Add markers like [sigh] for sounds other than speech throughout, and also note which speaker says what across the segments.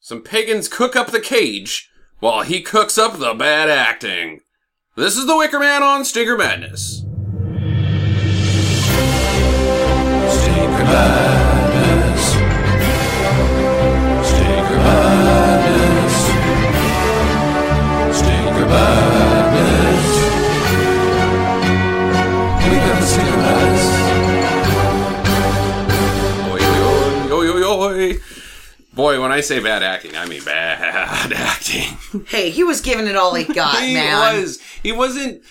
Speaker 1: Some pagans cook up the cage while he cooks up the bad acting. This is the Wicker Man on Stinger Madness.
Speaker 2: Stinker Madness. Stinker Madness. Stinker Madness. We got the Stinker Madness.
Speaker 1: Oi, oi, oi, oi, oi, oi. Boy, when I say bad acting, I mean bad [laughs] acting.
Speaker 3: Hey, he was giving it all he
Speaker 1: [laughs]
Speaker 3: got,
Speaker 1: he
Speaker 3: man.
Speaker 1: was. He wasn't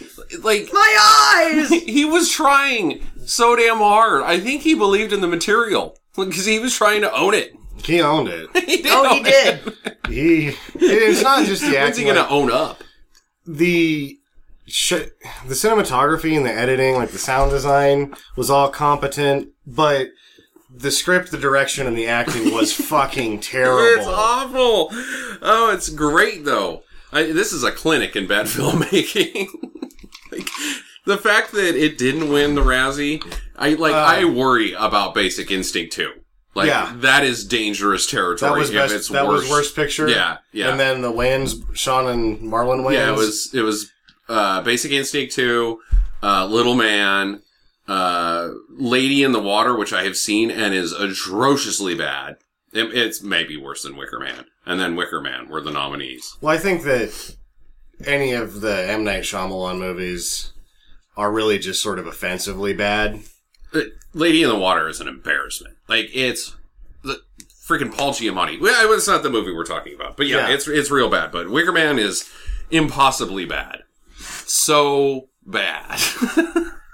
Speaker 1: like
Speaker 3: My eyes.
Speaker 1: [laughs] he was trying so damn hard. I think he believed in the material because he was trying to own it. [laughs]
Speaker 4: He owned it.
Speaker 1: He did
Speaker 3: Oh,
Speaker 1: own
Speaker 3: he
Speaker 1: it.
Speaker 3: did.
Speaker 4: He. and It's not just the
Speaker 1: [laughs] When's he
Speaker 4: acting.
Speaker 1: gonna
Speaker 4: like,
Speaker 1: own up?
Speaker 4: the sh- the cinematography and the editing, like the sound design, was all competent, but the script, the direction, and the acting was
Speaker 1: [laughs]
Speaker 4: fucking
Speaker 1: It's
Speaker 4: terrible.
Speaker 1: awful. Oh, it's great though. I, this is a clinic in bad [laughs] filmmaking. like, the fact that it didn't win the Razzie, I like. I worry about Basic Instinct too. Like
Speaker 4: Uh, Yeah.
Speaker 1: that is dangerous territory.
Speaker 4: that was
Speaker 1: if
Speaker 4: best,
Speaker 1: it's
Speaker 4: that
Speaker 1: worse.
Speaker 4: was worst picture.
Speaker 1: Yeah, yeah.
Speaker 4: And then the Wayans, Sean and Marlon Wayans.
Speaker 1: Yeah, it was it was uh, Basic Instinct two, uh, Little Man, uh, Lady in the Water, which I have seen and is atrociously bad. It, it's maybe worse than Wicker Man, and then Wicker Man were the nominees.
Speaker 4: Well, I think that any of the M Night Shyamalan movies are really just sort of offensively bad.
Speaker 1: But Uh, Lady in the Water is an embarrassment. Like it's the freaking Paul Giamatti. Well, it's not the movie we're talking about, but yeah,
Speaker 4: Yeah.
Speaker 1: it's it's real bad. But Wicker Man is impossibly bad. So bad. [laughs]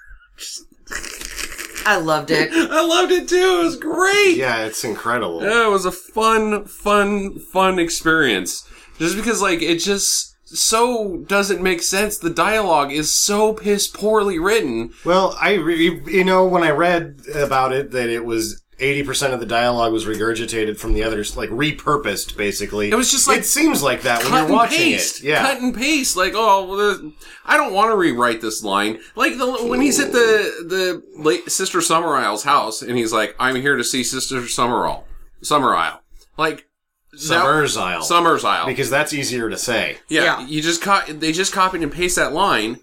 Speaker 3: I loved it.
Speaker 1: I loved it too. It was great.
Speaker 4: Yeah, it's incredible.
Speaker 1: Yeah, it was a fun, fun, fun experience. Just because, like, it just so doesn't make sense. The dialogue is so piss poorly written.
Speaker 4: Well, I re- you know when I read about it that it was eighty percent of the dialogue was regurgitated from the others, like repurposed basically.
Speaker 1: It was just like
Speaker 4: it seems like that when
Speaker 1: Cut
Speaker 4: you're
Speaker 1: and
Speaker 4: watching
Speaker 1: paste.
Speaker 4: it. Yeah,
Speaker 1: Cut and paste. Like, oh, well, the- I don't want to rewrite this line. Like the, when he's at the the late Sister Summer Isle's house, and he's like, "I'm here to see Sister Summer Isle." Summer Isle. Like that-
Speaker 4: Summer's Isle.
Speaker 1: Summer's Isle.
Speaker 4: because that's easier to say.
Speaker 1: Yeah,
Speaker 3: Yeah.
Speaker 1: you just co- they just copied and pasted that line,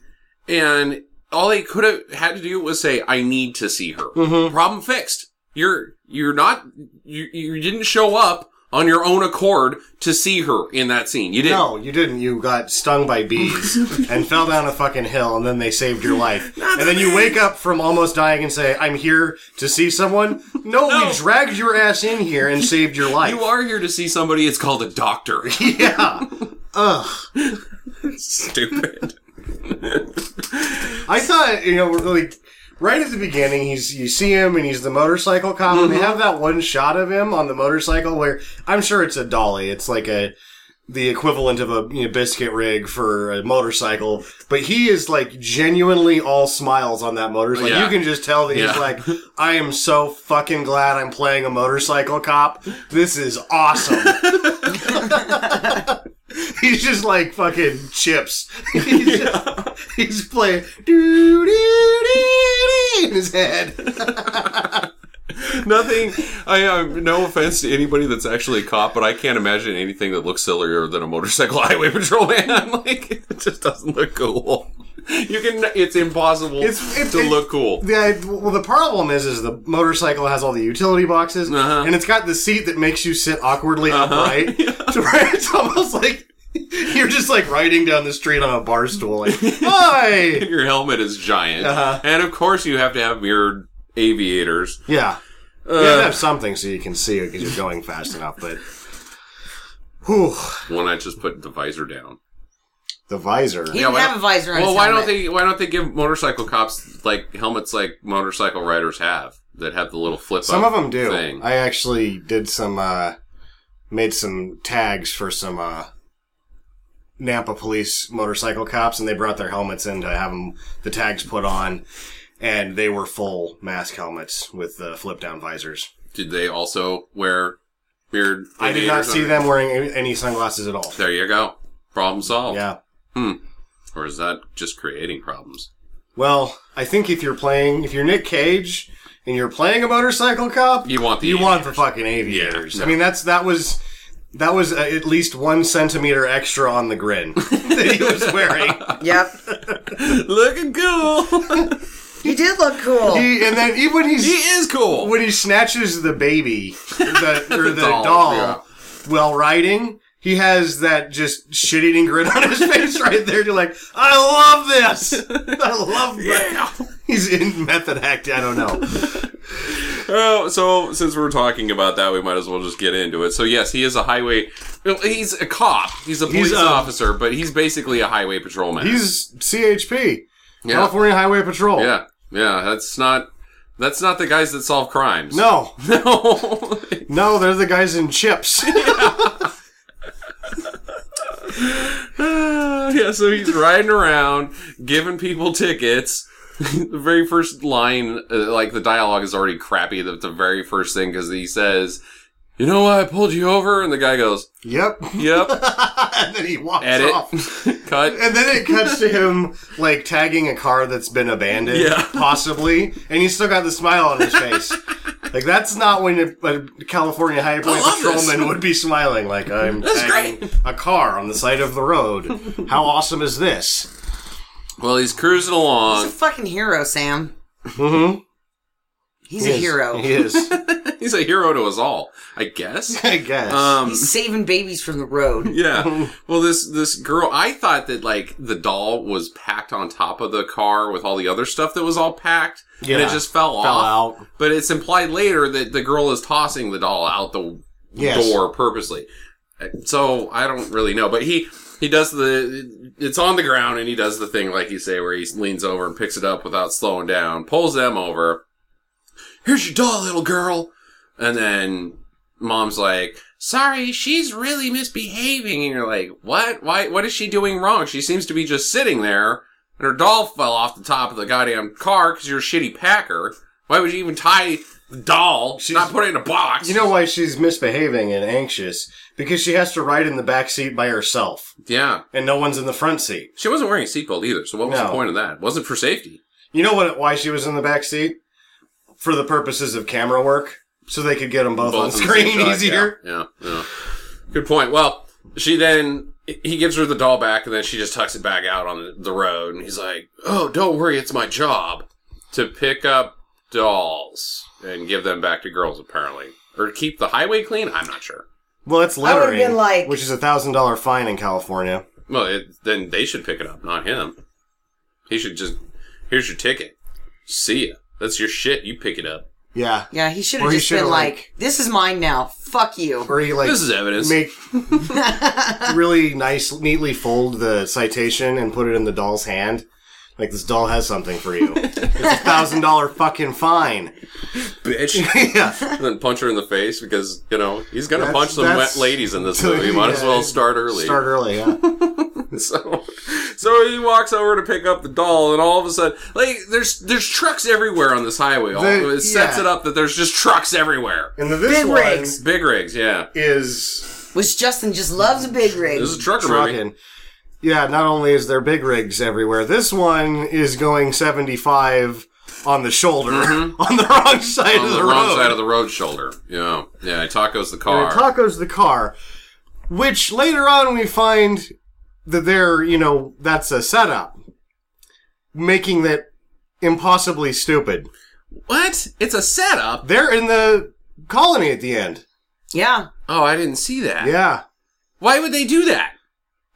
Speaker 1: and all they could have had to do was say, "I need to see her."
Speaker 4: Mm-hmm.
Speaker 1: Problem fixed. You're you're not you you didn't show up on your own accord to see her in that scene. You didn't.
Speaker 4: No, you didn't. You got stung
Speaker 1: [laughs]
Speaker 4: by bees and fell down a fucking hill, and then they saved your life. and then you wake up from almost dying and say, "I'm here to see someone." No,
Speaker 1: No.
Speaker 4: we dragged your ass in here and saved your life.
Speaker 1: You are here to see somebody. It's called a doctor. [laughs]
Speaker 4: yeah.
Speaker 1: Stupid.
Speaker 4: I thought, you know, like right at the beginning, he's you see him and he's the motorcycle cop, and they have that one shot of him on the motorcycle where I'm sure it's a dolly. It's like a the equivalent of a you know, biscuit rig for a motorcycle, but he is like genuinely all smiles on that motorcycle.
Speaker 1: Yeah.
Speaker 4: You can just tell that
Speaker 1: Yeah.
Speaker 4: he's like, I am so fucking glad I'm playing a motorcycle cop. This is awesome. [laughs] He's just like fucking chips. [laughs] He's, he's playing doo doo doo doo in his head.
Speaker 1: Nothing. I uh, no offense to anybody that's actually a cop, but I can't imagine anything that looks sillier than a motorcycle [laughs] highway patrolman. [laughs] like it just doesn't look cool. You can. It's impossible
Speaker 4: It's- it-
Speaker 1: to
Speaker 4: it-
Speaker 1: look cool.
Speaker 4: The, well, the problem is, is the motorcycle has all the utility boxes,
Speaker 1: Uh-huh.
Speaker 4: and it's got the seat that makes you sit awkwardly
Speaker 1: [laughs]
Speaker 4: upright. [laughs] To where it's almost like you're just like riding down the street on a bar
Speaker 1: [laughs]
Speaker 4: stool, like hi.
Speaker 1: [laughs] Your helmet is giant,
Speaker 4: Uh-huh.
Speaker 1: and of course you have to have mirrored aviators. Uh,
Speaker 4: Yeah,
Speaker 1: Um,
Speaker 4: you have to have something so you can see it because you're going fast enough. But whew,
Speaker 1: One I just put the visor down.
Speaker 4: the visor.
Speaker 3: He
Speaker 1: Yeah,
Speaker 3: didn't
Speaker 1: why
Speaker 3: have
Speaker 1: don't-
Speaker 3: a visor on
Speaker 1: Well,
Speaker 3: his
Speaker 1: why
Speaker 3: helmet.
Speaker 1: don't they? Why don't they give motorcycle cops like helmets like motorcycle riders have that have the little flip?
Speaker 4: Some of them do.
Speaker 1: Thing.
Speaker 4: I actually did some, uh, made some tags for some, uh, Nampa police motorcycle cops, and they brought their helmets in to have them, the tags put on, and they were full mask helmets with the flip down visors.
Speaker 1: Did they also wear mirrored?
Speaker 4: I did not
Speaker 1: aviators
Speaker 4: see
Speaker 1: on-
Speaker 4: them wearing any- any sunglasses at all.
Speaker 1: There you go. Problem solved.
Speaker 4: Yeah.
Speaker 1: Or is that just creating
Speaker 4: [laughs]
Speaker 1: problems?
Speaker 4: Well, I think if you're playing, if you're Nick Cage and you're playing a motorcycle cop,
Speaker 1: You want the
Speaker 4: you want the
Speaker 1: aviators.
Speaker 4: fucking aviators.
Speaker 1: Yeah, no.
Speaker 4: I mean, that's that was That was uh, at least one centimeter extra on the grin [laughs] that he was wearing.
Speaker 3: Yep.
Speaker 1: Looking cool. [laughs]
Speaker 3: He did look cool.
Speaker 4: He, and then even when he's
Speaker 1: he is cool.
Speaker 4: when he snatches the baby
Speaker 1: [laughs]
Speaker 4: the, or the, doll,
Speaker 1: doll, yeah.
Speaker 4: while riding, he has that just shit-eating grin on his [laughs] face right there. You're like, I love this.
Speaker 1: [laughs]
Speaker 4: I love yeah. He's in method act. I don't know.
Speaker 1: Oh, so since we're talking about that, we might as well just get into it. So yes, he is a highway. well, He's a cop. He's a police
Speaker 4: a-
Speaker 1: officer, but he's basically a highway patrolman.
Speaker 4: He's CHP,
Speaker 1: Yeah.
Speaker 4: California Highway Patrol.
Speaker 1: yeah, yeah. That's not. That's not the guys that solve crimes.
Speaker 4: No,
Speaker 1: No. [laughs]
Speaker 4: no, [laughs] they're the guys in chips.
Speaker 1: [sighs] yeah, so he's riding around giving people tickets. [laughs] the very first line, uh, like the dialogue is already crappy. The, the very first thing because he says, "You know why I pulled you over?" And the guy goes,
Speaker 4: yep. [laughs]
Speaker 1: "Yep."
Speaker 4: and then he walks
Speaker 1: Edit.
Speaker 4: off.
Speaker 1: Cut.
Speaker 4: And then it cuts to him like tagging a car that's been abandoned,
Speaker 1: Yeah.
Speaker 4: possibly, and he's still got the smile on his
Speaker 1: [laughs]
Speaker 4: face. like that's not when a, a California Highway
Speaker 1: I love
Speaker 4: patrolman
Speaker 1: this.
Speaker 4: would be smiling. Like I'm tagging a car on the side of the road. How awesome is this?
Speaker 1: Well, he's cruising
Speaker 3: He's a
Speaker 4: [laughs]
Speaker 1: along.
Speaker 3: fucking hero, Sam.
Speaker 4: Mm-hmm.
Speaker 3: He's a hero.
Speaker 4: He is.
Speaker 1: He's a hero to us all, I guess.
Speaker 4: I guess.
Speaker 1: Um,
Speaker 3: He's saving babies from the road.
Speaker 1: yeah. Well, this this girl, I thought that like the doll was packed on top of the car with all the other stuff that was all packed, and
Speaker 4: Yeah.
Speaker 1: it just fell,
Speaker 4: Fell
Speaker 1: off.
Speaker 4: out.
Speaker 1: But it's implied later that the girl is tossing the doll out the
Speaker 4: Yes.
Speaker 1: door purposely. Uh, So I don't really know, but he he does the it's on the ground and he does the thing like you say where he leans over and picks it up without slowing down, pulls them over. Here's your doll, little girl. And then mom's like, "Sorry, she's really misbehaving." And you're like, "What? Why? What is she doing wrong? She seems to be just sitting there." And her doll fell off the top of the goddamn car because you're a shitty packer. Why would you even tie the doll?
Speaker 4: She's-
Speaker 1: not put it in a box.
Speaker 4: You know why she's misbehaving and anxious? Because she has to ride in the back seat by herself,
Speaker 1: Yeah.
Speaker 4: and no one's in the front seat.
Speaker 1: She wasn't wearing a seatbelt either, so what was
Speaker 4: No.
Speaker 1: the point of that? It wasn't for safety.
Speaker 4: You know what? Why she was in the back seat? For the purposes of camera work, so they could get them both, on
Speaker 1: Both in the same
Speaker 4: screen
Speaker 1: shot,
Speaker 4: easier.
Speaker 1: Yeah, yeah. Good point. Well, she then he gives her the doll back, and then she just tucks it back out on the- the road, and he's like, "Oh, don't worry, it's my job to pick up dolls and give them back to girls, apparently, or keep the highway clean." I'm not sure.
Speaker 4: Well, that's
Speaker 3: would've
Speaker 4: littering,
Speaker 3: been like-
Speaker 4: which is a thousand dollar fine in California.
Speaker 1: Well, it, then they should pick it up, not him. He should just here's your ticket. See ya. That's your shit. You pick it up.
Speaker 4: Yeah,
Speaker 3: Yeah, he should
Speaker 4: Or
Speaker 3: have
Speaker 4: he
Speaker 3: just
Speaker 4: should've,
Speaker 3: been
Speaker 4: like-
Speaker 3: like, this is mine now. Fuck you.
Speaker 4: or he like
Speaker 1: This is evidence.
Speaker 3: [laughs]
Speaker 4: make really nice, neatly fold the citation and put it in the doll's hand. Like this doll has something for you. it's a thousand dollar fucking fine. [laughs]
Speaker 1: bitch.
Speaker 4: yeah,
Speaker 1: and then punch her in the face because you know he's gonna
Speaker 4: That's-
Speaker 1: punch some
Speaker 4: that's-
Speaker 1: wet ladies in
Speaker 4: [laughs]
Speaker 1: this movie. Might as well start early.
Speaker 4: start early. Yeah,
Speaker 1: [laughs] So, so he walks over to pick up the doll, and all of a sudden, like there's there's trucks everywhere on this highway. All-
Speaker 4: There-
Speaker 1: it sets
Speaker 4: yeah.
Speaker 1: it up that there's just trucks everywhere.
Speaker 4: and the, this
Speaker 3: Big
Speaker 4: one
Speaker 3: rigs.
Speaker 1: Big rigs, yeah.
Speaker 4: is
Speaker 3: Which Justin just loves a big rig.
Speaker 1: This is a trucker movie.
Speaker 4: trucking. Yeah, not only is there big rigs everywhere, this one is going 75 on the shoulder, [laughs] on the wrong side
Speaker 1: Mm-hmm. On
Speaker 4: of
Speaker 1: the,
Speaker 4: the,
Speaker 1: wrong
Speaker 4: road.
Speaker 1: side of the road shoulder. Yeah, yeah. Taco's the
Speaker 4: And
Speaker 1: car.
Speaker 4: it Taco's the car, which later on we find that they're, you know, that's a setup, making that impossibly stupid.
Speaker 1: what? It's a setup.
Speaker 4: They're in the colony at the end.
Speaker 3: yeah.
Speaker 1: Oh, I didn't see that.
Speaker 4: Yeah.
Speaker 1: Why would they do that?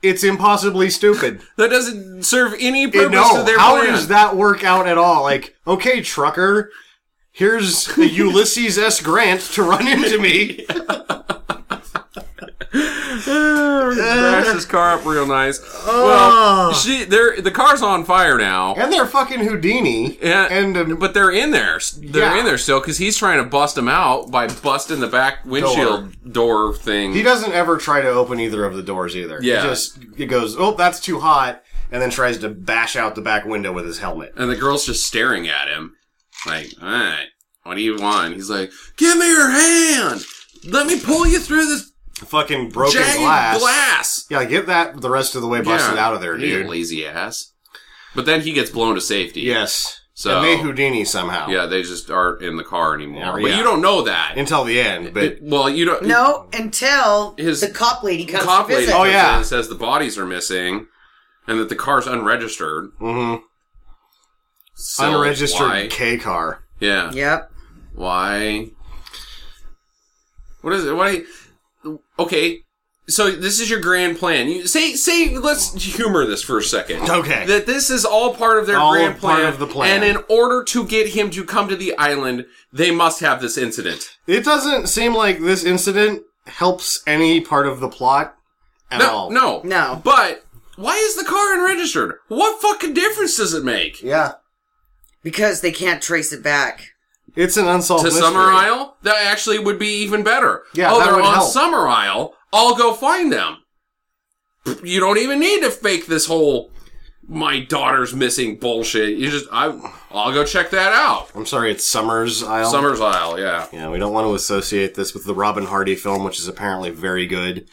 Speaker 4: It's impossibly stupid.
Speaker 1: That doesn't serve any
Speaker 4: Hey,
Speaker 1: purpose to
Speaker 4: no,
Speaker 1: their
Speaker 4: how
Speaker 1: plan.
Speaker 4: does that work out at all? Like, okay, trucker,
Speaker 1: [laughs]
Speaker 4: here's a Ulysses S. Grant to run into me.
Speaker 1: [laughs] Crashed his car up real nice.
Speaker 4: Oh.
Speaker 1: Well, she, they're, the car's on fire now.
Speaker 4: And they're fucking Houdini.
Speaker 1: And,
Speaker 4: And, um,
Speaker 1: but they're in there. They're
Speaker 4: Yeah.
Speaker 1: in there still because he's trying to bust them out by busting the back windshield door, thing.
Speaker 4: he doesn't ever try to open either of the doors either.
Speaker 1: Yeah.
Speaker 4: He just he goes, oh, that's too hot, and then tries to bash out the back window with his helmet.
Speaker 1: and the girl's just staring at him, like, "All right, what do you want?" He's like, "Give me your hand. Let me pull you through this
Speaker 4: Fucking broken
Speaker 1: jagged
Speaker 4: glass.
Speaker 1: glass."
Speaker 4: Yeah, get that the rest of the way busted
Speaker 1: Yeah.
Speaker 4: out of there,
Speaker 1: You
Speaker 4: dude.
Speaker 1: lazy ass. But then he gets blown to safety.
Speaker 4: Yes.
Speaker 1: So
Speaker 4: and they Houdini somehow.
Speaker 1: yeah, they just aren't in the car anymore.
Speaker 4: Yeah,
Speaker 1: but
Speaker 4: yeah.
Speaker 1: you don't know that.
Speaker 4: Until the end, but
Speaker 1: It- well, you don't.
Speaker 3: No, until
Speaker 1: His-
Speaker 3: the cop lady comes
Speaker 1: cop
Speaker 3: to
Speaker 1: lady
Speaker 3: visit.
Speaker 4: Oh,
Speaker 1: comes
Speaker 4: yeah.
Speaker 1: in and says the bodies are missing, and that the car's unregistered.
Speaker 4: mhm.
Speaker 1: So
Speaker 4: unregistered
Speaker 1: Why?
Speaker 4: K car.
Speaker 1: Yeah.
Speaker 3: Yep.
Speaker 1: Why? What is it? Why? Okay. So this is your grand plan. You say say let's humor this for a second.
Speaker 4: Okay.
Speaker 1: That this is all part of their
Speaker 4: All
Speaker 1: grand plan,
Speaker 4: part of the plan.
Speaker 1: And in order to get him to come to the island, they must have this incident.
Speaker 4: It doesn't seem like this incident helps any part of the plot at
Speaker 1: No,
Speaker 4: all.
Speaker 1: no.
Speaker 3: No.
Speaker 1: But why is the car unregistered? What fucking difference does it make?
Speaker 4: Yeah.
Speaker 3: Because they can't trace it back.
Speaker 4: It's an unsolved
Speaker 1: to
Speaker 4: Oh, mystery.
Speaker 1: Summer Isle? That actually would be even better.
Speaker 4: Yeah,
Speaker 1: oh,
Speaker 4: that
Speaker 1: they're
Speaker 4: would
Speaker 1: on
Speaker 4: help.
Speaker 1: Summer Isle. I'll go find them. You don't even need to fake this whole my daughter's missing bullshit. You just I I'll go check that out.
Speaker 4: I'm sorry, it's Summer's Isle.
Speaker 1: Summer's Isle, yeah.
Speaker 4: Yeah, we don't want to associate this with the Robin Hardy film, which is apparently very good.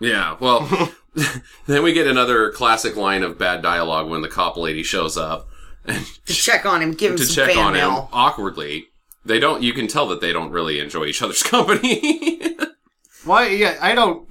Speaker 1: Yeah.
Speaker 4: [laughs]
Speaker 1: Well, [laughs] then we get another classic line of bad dialogue when the cop lady shows up
Speaker 3: To check on him, give him
Speaker 1: to
Speaker 3: some
Speaker 1: check
Speaker 3: fan
Speaker 1: on him
Speaker 3: mail.
Speaker 1: awkwardly. They don't you can tell that they don't really enjoy each other's [laughs] company.
Speaker 4: Why? Yeah, I don't.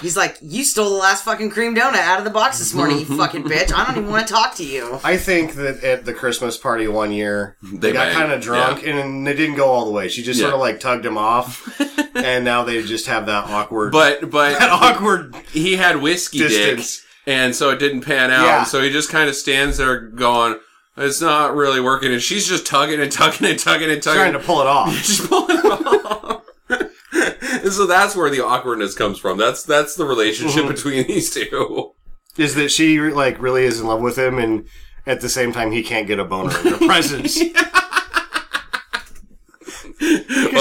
Speaker 3: He's like, "You stole the last fucking cream donut out of the box this morning,
Speaker 1: Mm-hmm.
Speaker 3: you fucking bitch. I don't even want to talk to you."
Speaker 4: I think that at the Christmas party one year, they,
Speaker 1: They
Speaker 4: got
Speaker 1: banged,
Speaker 4: kind of drunk and they didn't go all the way. She just
Speaker 1: Yeah.
Speaker 4: sort of like tugged him
Speaker 1: [laughs]
Speaker 4: off, and now they just have that awkward,
Speaker 1: but but
Speaker 4: [laughs] that awkward.
Speaker 1: he had whiskey
Speaker 4: Distance.
Speaker 1: dick, and so it didn't pan out.
Speaker 4: Yeah.
Speaker 1: And so he just kind of stands there going, "It's not really working." And she's just tugging and tugging and tugging and tugging, [laughs]
Speaker 4: Trying to pull it off.
Speaker 1: just pulling it off. [laughs] and so that's where the awkwardness comes from. That's that's the relationship
Speaker 4: Mm-hmm.
Speaker 1: between these
Speaker 4: [laughs]
Speaker 1: two.
Speaker 4: Is that she like really is in love with him, and at the same time he can't get a boner in her [laughs] presence? Because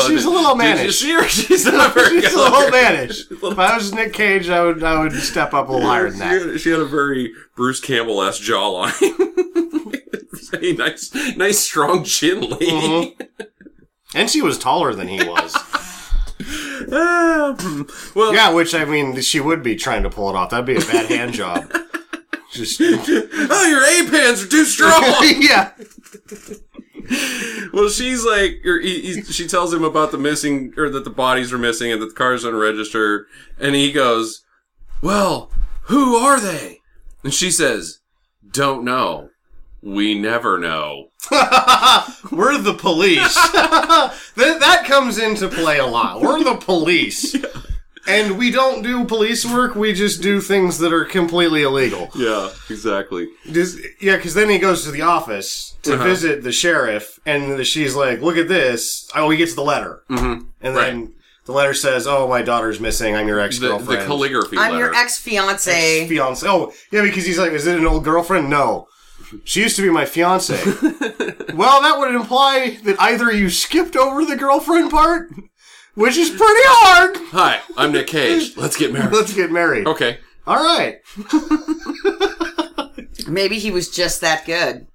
Speaker 4: she's a little
Speaker 1: Did
Speaker 4: mannish. [laughs]
Speaker 1: She or [laughs] she's not very
Speaker 4: She's
Speaker 1: good
Speaker 4: a little
Speaker 1: looking.
Speaker 4: mannish. If I was Nick Cage, I would I would step up a little [laughs] higher
Speaker 1: She
Speaker 4: than that.
Speaker 1: had, she had a very Bruce Campbell esque jawline. [laughs] Hey, nice, nice, strong chin, lady.
Speaker 4: And she was taller than he [laughs] was.
Speaker 1: Ah, hmm. [laughs] well,
Speaker 4: Mm-hmm. Yeah, which I mean, she would be trying to pull it off. That'd be a bad hand job. [laughs] Just [laughs]
Speaker 1: oh, your A pins are too [laughs] strong.
Speaker 4: yeah,
Speaker 1: well, she's like, or he, he, she tells him about the missing, or that the bodies are missing and that the car's unregistered. And he goes, Well, who are they? And she says, Don't know. We never know.
Speaker 4: we're the
Speaker 1: [laughs]
Speaker 4: police. that, that comes into play a lot. We're the police, and we don't do police work. We just do things that are completely illegal.
Speaker 1: Yeah, exactly.
Speaker 4: Does- yeah, because then he goes to the office to
Speaker 1: Uh-huh.
Speaker 4: visit the sheriff, and she's like, "Look at this." Oh, he gets the letter, mm-hmm. and then the letter says, "Oh, my daughter's missing. I'm your ex
Speaker 1: The,
Speaker 4: girlfriend."
Speaker 1: the calligraphy
Speaker 3: I'm
Speaker 1: letter.
Speaker 3: your ex fiance.
Speaker 4: fiance. Oh, yeah, because he's like, is it an old girlfriend? No. She used to be my fiance.
Speaker 3: [laughs]
Speaker 4: well, that would imply that either you skipped over the girlfriend part, which is pretty hard. [laughs]
Speaker 1: Hi, I'm Nick Cage. Let's get married. [laughs]
Speaker 4: Let's get married.
Speaker 1: Okay.
Speaker 4: All right.
Speaker 3: Maybe he was just that good.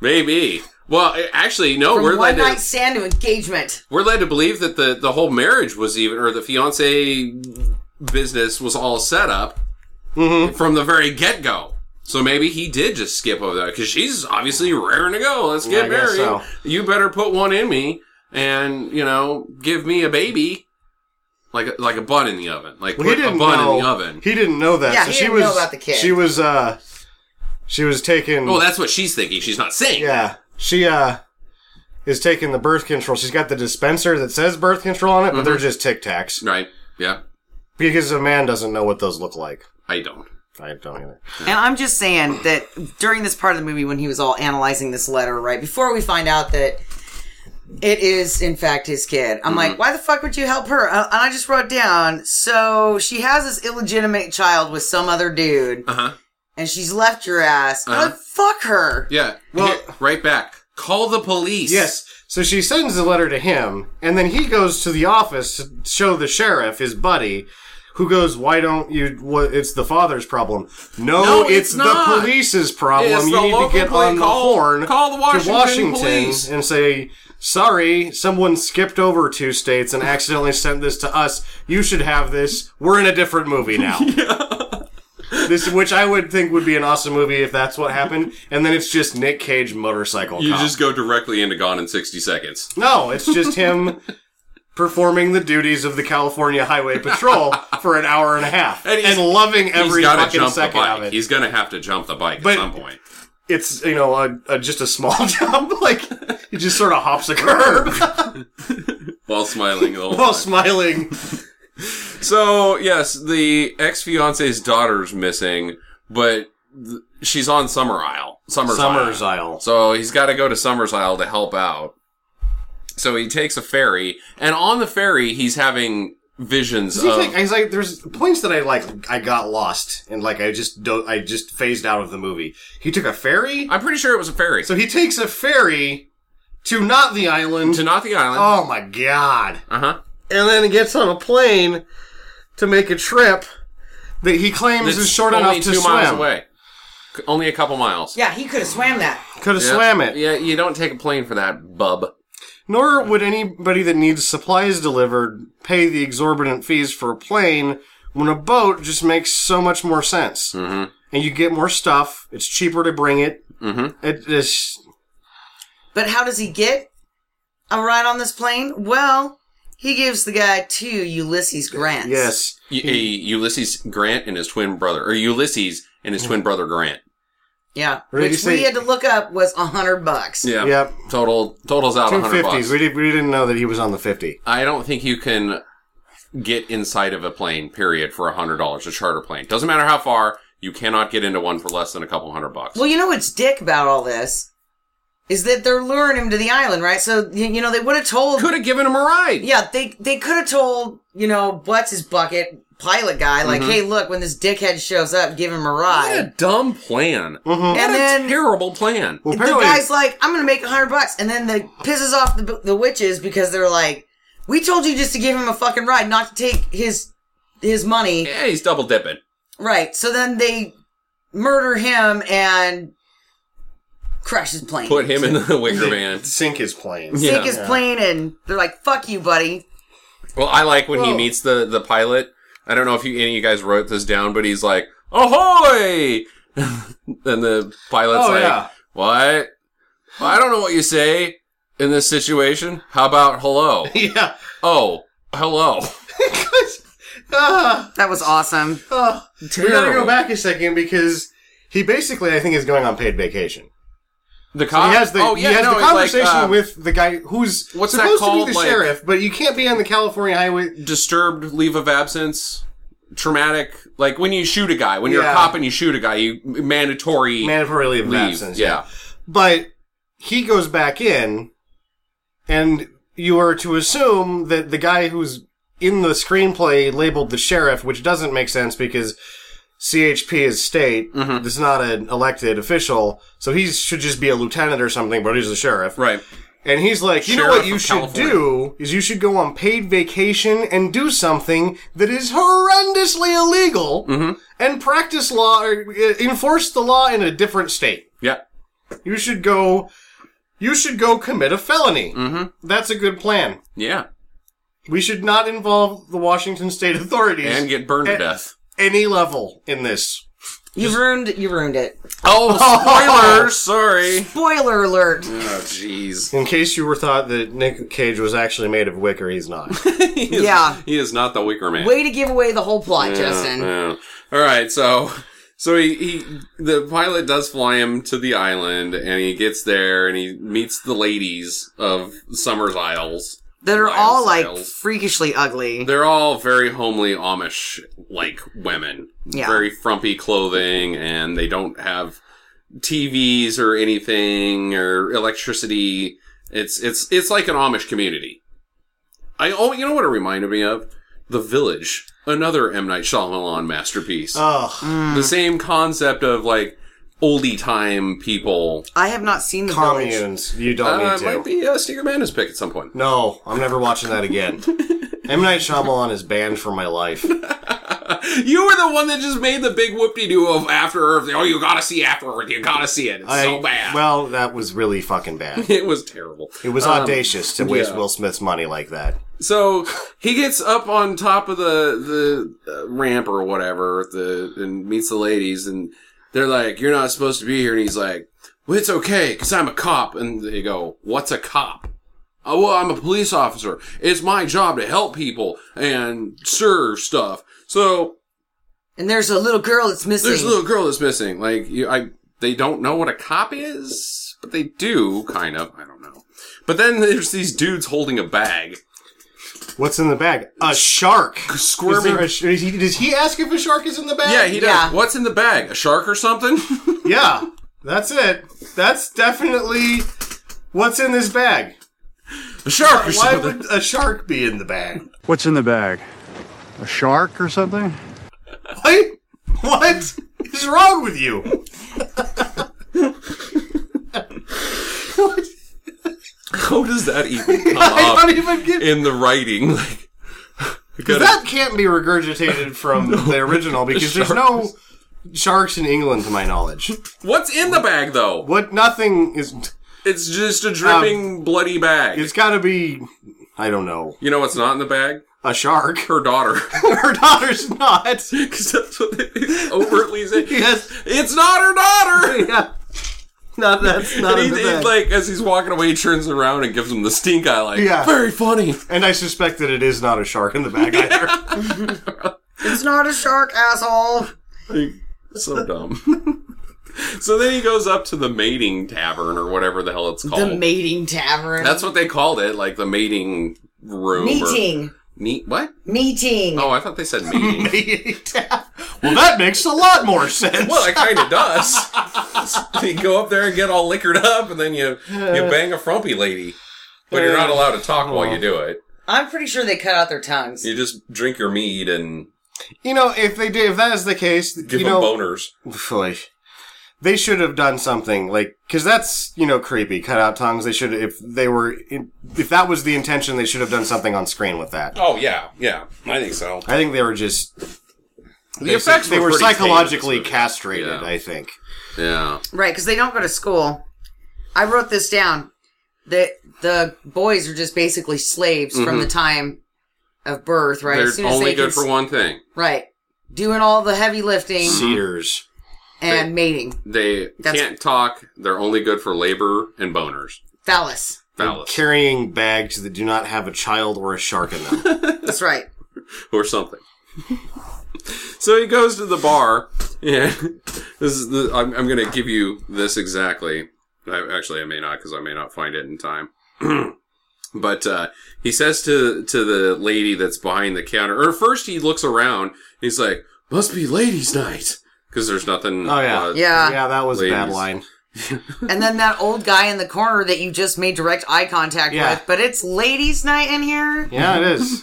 Speaker 1: Maybe. Well, actually, no,
Speaker 3: From
Speaker 1: we're led
Speaker 3: one night
Speaker 1: to,
Speaker 3: stand to engagement.
Speaker 1: we're led to believe that the, the whole marriage was even, or the fiance business was all set up
Speaker 4: Mm-hmm.
Speaker 1: from the very get go. So maybe he did just skip over that because she's obviously raring to go. Let's
Speaker 4: Yeah,
Speaker 1: get
Speaker 4: I
Speaker 1: married.
Speaker 4: guess so.
Speaker 1: You better put one in me and you know give me a baby, like a, like a bun in the oven, like
Speaker 4: Well, he
Speaker 1: put a
Speaker 4: didn't
Speaker 1: bun
Speaker 4: know.
Speaker 1: in the oven.
Speaker 4: He didn't know that.
Speaker 3: Yeah,
Speaker 4: so
Speaker 3: he
Speaker 4: she
Speaker 3: didn't
Speaker 4: was,
Speaker 3: know about the kid.
Speaker 4: She was, uh, she was taking.
Speaker 1: Well, Oh, that's what she's thinking. She's not saying.
Speaker 4: Yeah. She uh is taking the birth control. She's got the dispenser that says birth control on it, but they're
Speaker 1: Mm-hmm.
Speaker 4: just Tic Tacs
Speaker 1: Right? Yeah.
Speaker 4: because a man doesn't know what those look like.
Speaker 1: I don't.
Speaker 4: I don't either.
Speaker 3: And I'm just saying that during this part of the movie, when he was all analyzing this letter, right before we find out that it is in fact his kid, I'm
Speaker 1: Mm-hmm.
Speaker 3: like, why the fuck would you help her? Uh, And I just wrote down, so she has this illegitimate child with some other dude,
Speaker 1: Uh-huh.
Speaker 3: and she's left your ass. I'm like, fuck her.
Speaker 1: Yeah.
Speaker 4: Well-
Speaker 1: Well, right back. Call the police.
Speaker 4: Yes. So she sends the letter to him, and then he goes to the office to show the sheriff, his buddy, who goes, "Why don't you? What, it's the father's problem. No,
Speaker 1: No,
Speaker 4: it's,
Speaker 1: it's
Speaker 4: the
Speaker 1: not.
Speaker 4: police's problem.
Speaker 1: It's
Speaker 4: you
Speaker 1: the
Speaker 4: need to
Speaker 1: local
Speaker 4: get
Speaker 1: police.
Speaker 4: on the
Speaker 1: Call-
Speaker 4: horn,
Speaker 1: call the Washington
Speaker 4: to Washington,
Speaker 1: police.
Speaker 4: and say." Sorry, someone skipped over two states and
Speaker 1: [laughs]
Speaker 4: accidentally sent this to us. You should have this. We're in a different movie now. This, which I would think would be an awesome movie if that's what happened, and then it's just Nick Cage motorcycle.
Speaker 1: You
Speaker 4: cop.
Speaker 1: just go directly into Gone in 60 Seconds.
Speaker 4: no, it's just him [laughs] performing the duties of the California Highway Patrol for an hour and a half,
Speaker 1: And he's-
Speaker 4: and, loving
Speaker 1: He's
Speaker 4: every
Speaker 1: gotta
Speaker 4: fucking
Speaker 1: jump the
Speaker 4: second of
Speaker 1: bike.
Speaker 4: it.
Speaker 1: He's gonna have to jump the bike
Speaker 4: But-
Speaker 1: at some point.
Speaker 4: it's you know a, a, just a small [laughs] jump, like he just sort of hops a curb [laughs]
Speaker 1: While smiling the [laughs] whole
Speaker 4: while
Speaker 1: time.
Speaker 4: smiling.
Speaker 1: So yes, the ex fiance's daughter's missing, but th- she's on Summer Isle. Summer's,
Speaker 4: Summer's
Speaker 1: Isle.
Speaker 4: Isle.
Speaker 1: So he's got to go to Summer's Isle to help out. So he takes a ferry, and on the ferry, he's having visions
Speaker 4: He's
Speaker 1: of.
Speaker 4: like, he's like, there's points that I like. I got lost, and like I just do I just phased out of the movie. He took a ferry,
Speaker 1: I'm pretty sure it was a ferry.
Speaker 4: so he takes a ferry to not the island.
Speaker 1: to not the island.
Speaker 4: oh my god!
Speaker 1: Uh huh.
Speaker 4: And then he gets on a plane to make a trip that he claims is short
Speaker 1: only
Speaker 4: enough to
Speaker 1: two
Speaker 4: swim.
Speaker 1: miles away. C- Only a couple miles.
Speaker 3: Yeah, he could have swam that.
Speaker 4: Could have
Speaker 1: Yeah.
Speaker 4: swam it.
Speaker 1: Yeah, you don't take a plane for that, bub.
Speaker 4: Nor would anybody that needs supplies delivered pay the exorbitant fees for a plane when a boat just makes so much more sense. Mm-hmm. And you get more stuff. It's cheaper to bring it. Mm-hmm. It is.
Speaker 3: But how does he get a ride on this plane? Well, he gives the guy two Ulysses grants.
Speaker 4: Yes.
Speaker 1: Y- y- Ulysses Grant and his twin brother, or Ulysses and his twin brother Grant.
Speaker 3: Yeah.
Speaker 4: What did
Speaker 3: Which
Speaker 4: he say?
Speaker 3: we had to look up was a hundred bucks.
Speaker 1: Yeah.
Speaker 4: Yep.
Speaker 1: Total totals out a
Speaker 4: Two
Speaker 1: hundred
Speaker 4: fifties.
Speaker 1: bucks.
Speaker 4: We, did, we didn't know that he was on the 50.
Speaker 1: I don't think you can get inside of a plane. Period for a hundred dollars. A charter plane doesn't matter how far. You cannot get into one for less than a couple hundred bucks.
Speaker 3: Well, you know what's dick about all this is that they're luring him to the island, right? So y- you know they would have told.
Speaker 1: Could have given him a ride.
Speaker 3: yeah, they they could have told you know what's his bucket pilot guy like, hey, look, when this dickhead shows up, give him a
Speaker 1: Mm-hmm. What
Speaker 3: ride.
Speaker 1: a dumb plan.
Speaker 4: Mm-hmm.
Speaker 1: What
Speaker 3: And
Speaker 1: a
Speaker 3: then-
Speaker 1: terrible plan.
Speaker 4: Well,
Speaker 3: the
Speaker 4: apparently,
Speaker 3: guy's like, I'm gonna make a hundred bucks, and then the pisses off the the witches because they're like, we told you just to give him a fucking ride, not to take his his money,
Speaker 1: Yeah, he's double dipping.
Speaker 3: right? So then they murder him and crash his plane,
Speaker 1: Put him in the
Speaker 3: [laughs]
Speaker 1: wicker van.
Speaker 4: sink his plane.
Speaker 1: Yeah.
Speaker 3: take his plane, and they're like, fuck you, buddy.
Speaker 1: Well, I like when he
Speaker 4: Whoa.
Speaker 1: meets the the pilot. I don't know if you, any of you guys wrote this down, but he's like, "Ahoy!" [laughs] and the pilot's
Speaker 4: Oh,
Speaker 1: like,
Speaker 4: yeah.
Speaker 1: "What? Well, I don't know what you say in this situation. How about
Speaker 4: [laughs]
Speaker 1: hello?
Speaker 4: [laughs] Yeah.
Speaker 1: oh, hello."
Speaker 4: Ah,
Speaker 3: That was awesome.
Speaker 4: ah. [laughs] We gotta
Speaker 1: Terrible.
Speaker 4: go back a second because he basically, I think, is going on paid vacation.
Speaker 1: The cop.
Speaker 4: He has the,
Speaker 1: oh yeah,
Speaker 4: he has
Speaker 1: no,
Speaker 4: the
Speaker 1: he's like,
Speaker 4: conversation
Speaker 1: uh,
Speaker 4: with the guy who's
Speaker 1: what's that
Speaker 4: supposed to
Speaker 1: called,
Speaker 4: be the
Speaker 1: like-
Speaker 4: sheriff, but you can't be on the California highway.
Speaker 1: disturbed leave of absence. Traumatic, like when you shoot a guy, when you're a
Speaker 4: Yeah.
Speaker 1: cop and you shoot a guy, you mandatory
Speaker 4: Mandatory leave of
Speaker 1: leave.
Speaker 4: absence.
Speaker 1: yeah.
Speaker 4: But he goes back in, and you are to assume that the guy who's in the screenplay labeled the sheriff, which doesn't make sense because CHP is state.
Speaker 1: Mm-hmm.
Speaker 4: It's not an elected official, so he should just be a lieutenant or something, but he's the sheriff.
Speaker 1: right.
Speaker 4: And he's like, you know
Speaker 1: Sheriff
Speaker 4: what you
Speaker 1: of
Speaker 4: should
Speaker 1: California."
Speaker 4: do is you should go on paid vacation and do something that is horrendously illegal
Speaker 1: Mm-hmm.
Speaker 4: and practice law or uh, enforce the law in a different state.
Speaker 1: Yeah,
Speaker 4: You should go you should go commit a felony. Mm-hmm. That's a good plan.
Speaker 1: yeah,
Speaker 4: We should not involve the Washington state authorities
Speaker 1: and get burned to
Speaker 4: at
Speaker 1: death.
Speaker 4: any level in this.
Speaker 3: You ruined you ruined it.
Speaker 1: [laughs] Oh, spoilers! Sorry.
Speaker 3: Spoiler alert.
Speaker 1: Oh, [laughs] jeez.
Speaker 4: In case you were thought that Nick Cage was actually made of wicker,
Speaker 1: [laughs]
Speaker 4: he's not.
Speaker 3: Yeah.
Speaker 1: He is not the Wicker Man.
Speaker 3: Way to give away the whole plot, Justin.
Speaker 1: Yeah. All right, so so he, he the pilot does fly him to the island, and he gets there, and he meets the ladies of Summer's Isles.
Speaker 3: That are
Speaker 1: Wild
Speaker 3: all like
Speaker 1: styles.
Speaker 3: freakishly ugly.
Speaker 1: They're all very homely Amish like women.
Speaker 3: Yeah.
Speaker 1: Very frumpy clothing, and they don't have TVs or anything or electricity. It's it's it's like an Amish community. I oh you know what it reminded me of? The Village, another M Night Shyamalan masterpiece.
Speaker 4: Um. Ugh.
Speaker 1: the same concept of like oldie time people.
Speaker 3: I have not seen the village.
Speaker 4: Communes. You don't
Speaker 1: Uh,
Speaker 4: need
Speaker 1: it
Speaker 4: to.
Speaker 1: might be a Sneaker Madness pick at some point.
Speaker 4: No, I'm never watching
Speaker 1: [laughs]
Speaker 4: that again. M Night Shyamalan is banned from my life.
Speaker 1: [laughs] You were the one that just made the big whoopty doo of After Earth. Oh, you gotta see After Earth. You gotta see it. It's
Speaker 4: I-
Speaker 1: so bad.
Speaker 4: Well, that was really fucking
Speaker 1: [laughs]
Speaker 4: bad.
Speaker 1: it was terrible.
Speaker 4: It was audacious to waste
Speaker 1: Um, yeah.
Speaker 4: Will Smith's money like that.
Speaker 1: So he gets up on top of the the uh, ramp or whatever, the and meets the ladies, and they're like, "You're not supposed to be here," and he's like, "Well, it's okay, cause I'm a cop." And they go, "What's a cop?" Oh, well, I'm a police officer. It's my job to help people and serve stuff. So
Speaker 3: And there's a little girl that's missing.
Speaker 1: there's a little girl that's missing. Like you, I, they don't know what a cop is, but they do kind of. I don't know. But then there's these dudes holding a bag.
Speaker 4: What's in the bag? A shark. Is
Speaker 1: Squirming
Speaker 4: there a sh- is he, does he ask if a shark is in the bag?
Speaker 1: Yeah, he does.
Speaker 3: Yeah.
Speaker 1: What's in the bag? A shark or something? [laughs]
Speaker 4: Yeah, that's it. That's definitely what's in this bag.
Speaker 1: a shark or
Speaker 4: Why
Speaker 1: something.
Speaker 4: would a shark be in the bag?
Speaker 5: What's in the bag? A shark or something?
Speaker 4: What? What is wrong with you?
Speaker 1: How does that
Speaker 4: [laughs]
Speaker 1: even come
Speaker 4: I
Speaker 1: up
Speaker 4: don't even get
Speaker 1: in the writing? [laughs] Like, I gotta-
Speaker 4: that. Can't be regurgitated
Speaker 1: [laughs]
Speaker 4: from the original because there's no sharks in England, to my knowledge.
Speaker 1: what's in the bag though?
Speaker 4: What? Um, Nothing is.
Speaker 1: It's just a dripping bloody bag.
Speaker 4: It's got to be. I don't know.
Speaker 1: you know what's not in the bag?
Speaker 4: A shark. [laughs]
Speaker 1: Her daughter, [laughs]
Speaker 4: Her daughter's not.
Speaker 1: because that's what
Speaker 4: [laughs]
Speaker 1: they overtly say.
Speaker 4: Yes.
Speaker 1: It's not her daughter.
Speaker 4: Yeah. No, that's not
Speaker 1: And
Speaker 4: in
Speaker 1: he,
Speaker 4: the
Speaker 1: he,
Speaker 4: bag.
Speaker 1: like as he's walking away, he turns around and gives him the stink eye. Like,
Speaker 4: Yeah.
Speaker 1: very funny.
Speaker 4: and I suspect that it is not a shark in the bag either.
Speaker 1: [laughs]
Speaker 3: It's not a shark, asshole.
Speaker 1: Like, so dumb. [laughs] so then he goes up to the mating tavern or whatever the hell it's called.
Speaker 3: The mating tavern.
Speaker 1: Oh. That's what they called it, like the mating room. or-
Speaker 3: meeting.
Speaker 1: Meet what?
Speaker 3: Meeting.
Speaker 1: Oh, I thought they said meeting. [laughs]
Speaker 4: [laughs] well, that makes a lot more sense.
Speaker 1: well, it kind of does. [laughs] you go up there and get all liquored up, and then you you bang a frumpy lady, but you're not allowed to talk while you do it.
Speaker 3: I'm pretty sure they cut out their tongues.
Speaker 1: You just drink your mead and
Speaker 4: you know, if they did, if that is the case,
Speaker 1: give
Speaker 4: you
Speaker 1: them
Speaker 4: know,
Speaker 1: boners.
Speaker 4: [laughs] boy, they should have done something like because that's you know creepy. Cut out tongues. They should if they were if that was the intention, they should have done something on screen with that.
Speaker 1: Oh yeah, yeah, I think so.
Speaker 4: I think they were just
Speaker 1: The effects
Speaker 4: they
Speaker 1: were, pretty tame in
Speaker 4: were
Speaker 1: this
Speaker 4: psychologically
Speaker 1: movie.
Speaker 4: castrated.
Speaker 1: Yeah.
Speaker 4: I think.
Speaker 1: yeah.
Speaker 3: Right, because they don't go to school. I wrote this down. That the boys are just basically slaves from the time of birth, right?
Speaker 1: Mm-hmm. They're only good
Speaker 3: can-
Speaker 1: for one thing.
Speaker 3: Right. Doing all the heavy lifting
Speaker 4: Cedars.
Speaker 3: and mating.
Speaker 1: They
Speaker 3: That's-
Speaker 1: can't talk. They're only good for labor and boners.
Speaker 3: Phallus.
Speaker 1: Phallus
Speaker 4: Carrying bags that do not have a child or a shark
Speaker 3: [laughs]
Speaker 4: in them.
Speaker 3: That's right.
Speaker 1: or something. [laughs] so he goes to the bar. Yeah, [laughs] this is the, I'm, I'm going to give you this exactly. I, actually, I may not because I may not find it in time. [clears throat] but uh, he says to to the lady that's behind the counter, or first he looks around. he's like, "Must be ladies' night." Because there's nothing.
Speaker 4: Oh, yeah.
Speaker 1: uh,
Speaker 3: Yeah.
Speaker 4: yeah, that was a bad
Speaker 1: Ladies.
Speaker 4: line.
Speaker 3: and then that old guy in the corner that you just made direct eye contact
Speaker 4: Yeah.
Speaker 3: with, but it's ladies' night in here.
Speaker 4: Yeah, it
Speaker 3: [laughs]
Speaker 4: is.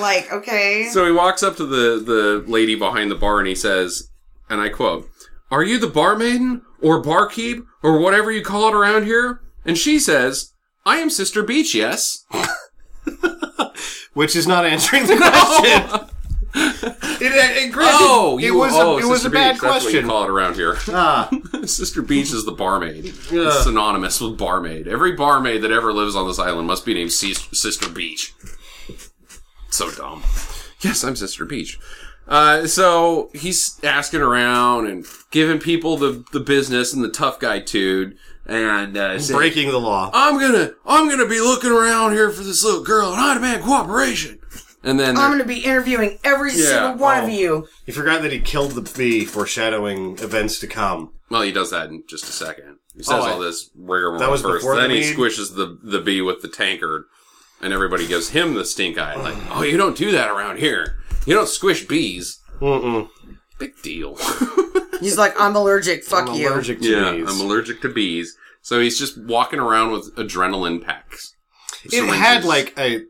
Speaker 3: Like, okay.
Speaker 1: So he walks up to the, the lady behind the bar and he says, and I quote, Are you the barmaiden or barkeep or whatever you call it around here? And she says, I am Sister Beach, yes.
Speaker 4: which is not
Speaker 3: [laughs]
Speaker 4: answering the question. it, it, granted,
Speaker 1: Oh,
Speaker 4: it
Speaker 1: you,
Speaker 4: was
Speaker 1: oh,
Speaker 4: a, it was
Speaker 1: Sister
Speaker 4: a bad
Speaker 1: Beach,
Speaker 4: question.
Speaker 1: That's what you call it around here.
Speaker 4: Ah,
Speaker 1: [laughs] Sister Beach is the barmaid.
Speaker 4: Yeah.
Speaker 1: It's synonymous with barmaid. Every barmaid that ever lives on this island must be named Sis- Sister Beach. So dumb. Yes, I'm Sister Beach. Uh, so he's asking around and giving people the, the business and the tough guy dude and uh, saying,
Speaker 4: breaking the law.
Speaker 1: I'm gonna I'm gonna be looking around here for this little girl and I demand cooperation. And then
Speaker 3: I'm
Speaker 1: they're-
Speaker 3: going to be interviewing every
Speaker 1: Yeah,
Speaker 3: single one
Speaker 4: oh.
Speaker 3: of you.
Speaker 4: He forgot that he killed the bee, foreshadowing events to come.
Speaker 1: Well, he does that in just a second. He says
Speaker 4: Oh, I-
Speaker 1: all this rigmarole
Speaker 4: That was
Speaker 1: first.
Speaker 4: before the
Speaker 1: Then he
Speaker 4: mead?
Speaker 1: squishes the the bee with the tankard, and everybody gives him the stink eye. Like, oh, you don't do that around here. You don't squish bees.
Speaker 4: Mm-mm.
Speaker 1: Big deal. [laughs]
Speaker 3: He's like, I'm allergic. Fuck
Speaker 4: I'm
Speaker 3: you.
Speaker 4: allergic to
Speaker 1: yeah,
Speaker 4: bees.
Speaker 1: I'm allergic to bees. So he's just walking around with adrenaline packs.
Speaker 4: it had like a,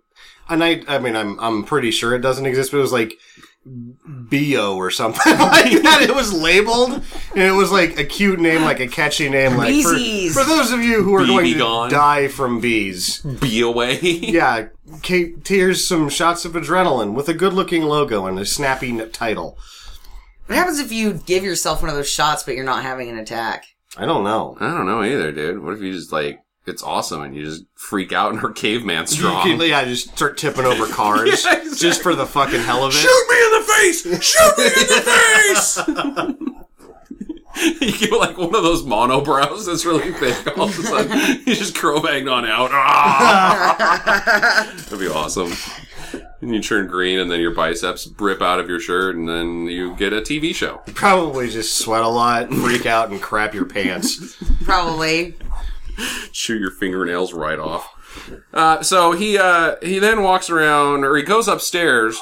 Speaker 4: and I, I mean, I'm, I'm pretty sure it doesn't exist, but it was like bo or something [laughs] like that. It was labeled, and it was like a cute name, like a catchy name, like for,
Speaker 3: Beesies.
Speaker 4: for those of you who are
Speaker 1: Bee
Speaker 4: going
Speaker 1: be
Speaker 4: to
Speaker 1: gone.
Speaker 4: die from bees.
Speaker 1: bee away.
Speaker 4: [laughs] Yeah, Kate, here's some shots of adrenaline with a good-looking logo and a snappy n- title.
Speaker 3: What happens if you give yourself one of those shots, but you're not having an attack?
Speaker 4: I don't know.
Speaker 1: I don't know either, dude. What if you just like it's awesome, and you just freak out in her
Speaker 4: [laughs]
Speaker 1: caveman
Speaker 4: You
Speaker 1: straw.
Speaker 4: can, yeah, just start tipping over
Speaker 1: [laughs]
Speaker 4: cars
Speaker 1: Yeah, exactly.
Speaker 4: just for the fucking hell of it.
Speaker 1: Shoot me in the face! Shoot me in
Speaker 4: [laughs]
Speaker 1: the face! you get like one of those monobrows that's really thick. All of a sudden, you just crow banged on out. Ah! That'd be awesome. And you turn green, and then your biceps rip out of your shirt, and then you get a TV show.
Speaker 4: Probably just sweat a lot, freak out, and crap your pants.
Speaker 3: Probably.
Speaker 1: chew your fingernails right off. Uh, so he uh, he then walks around, or he goes upstairs,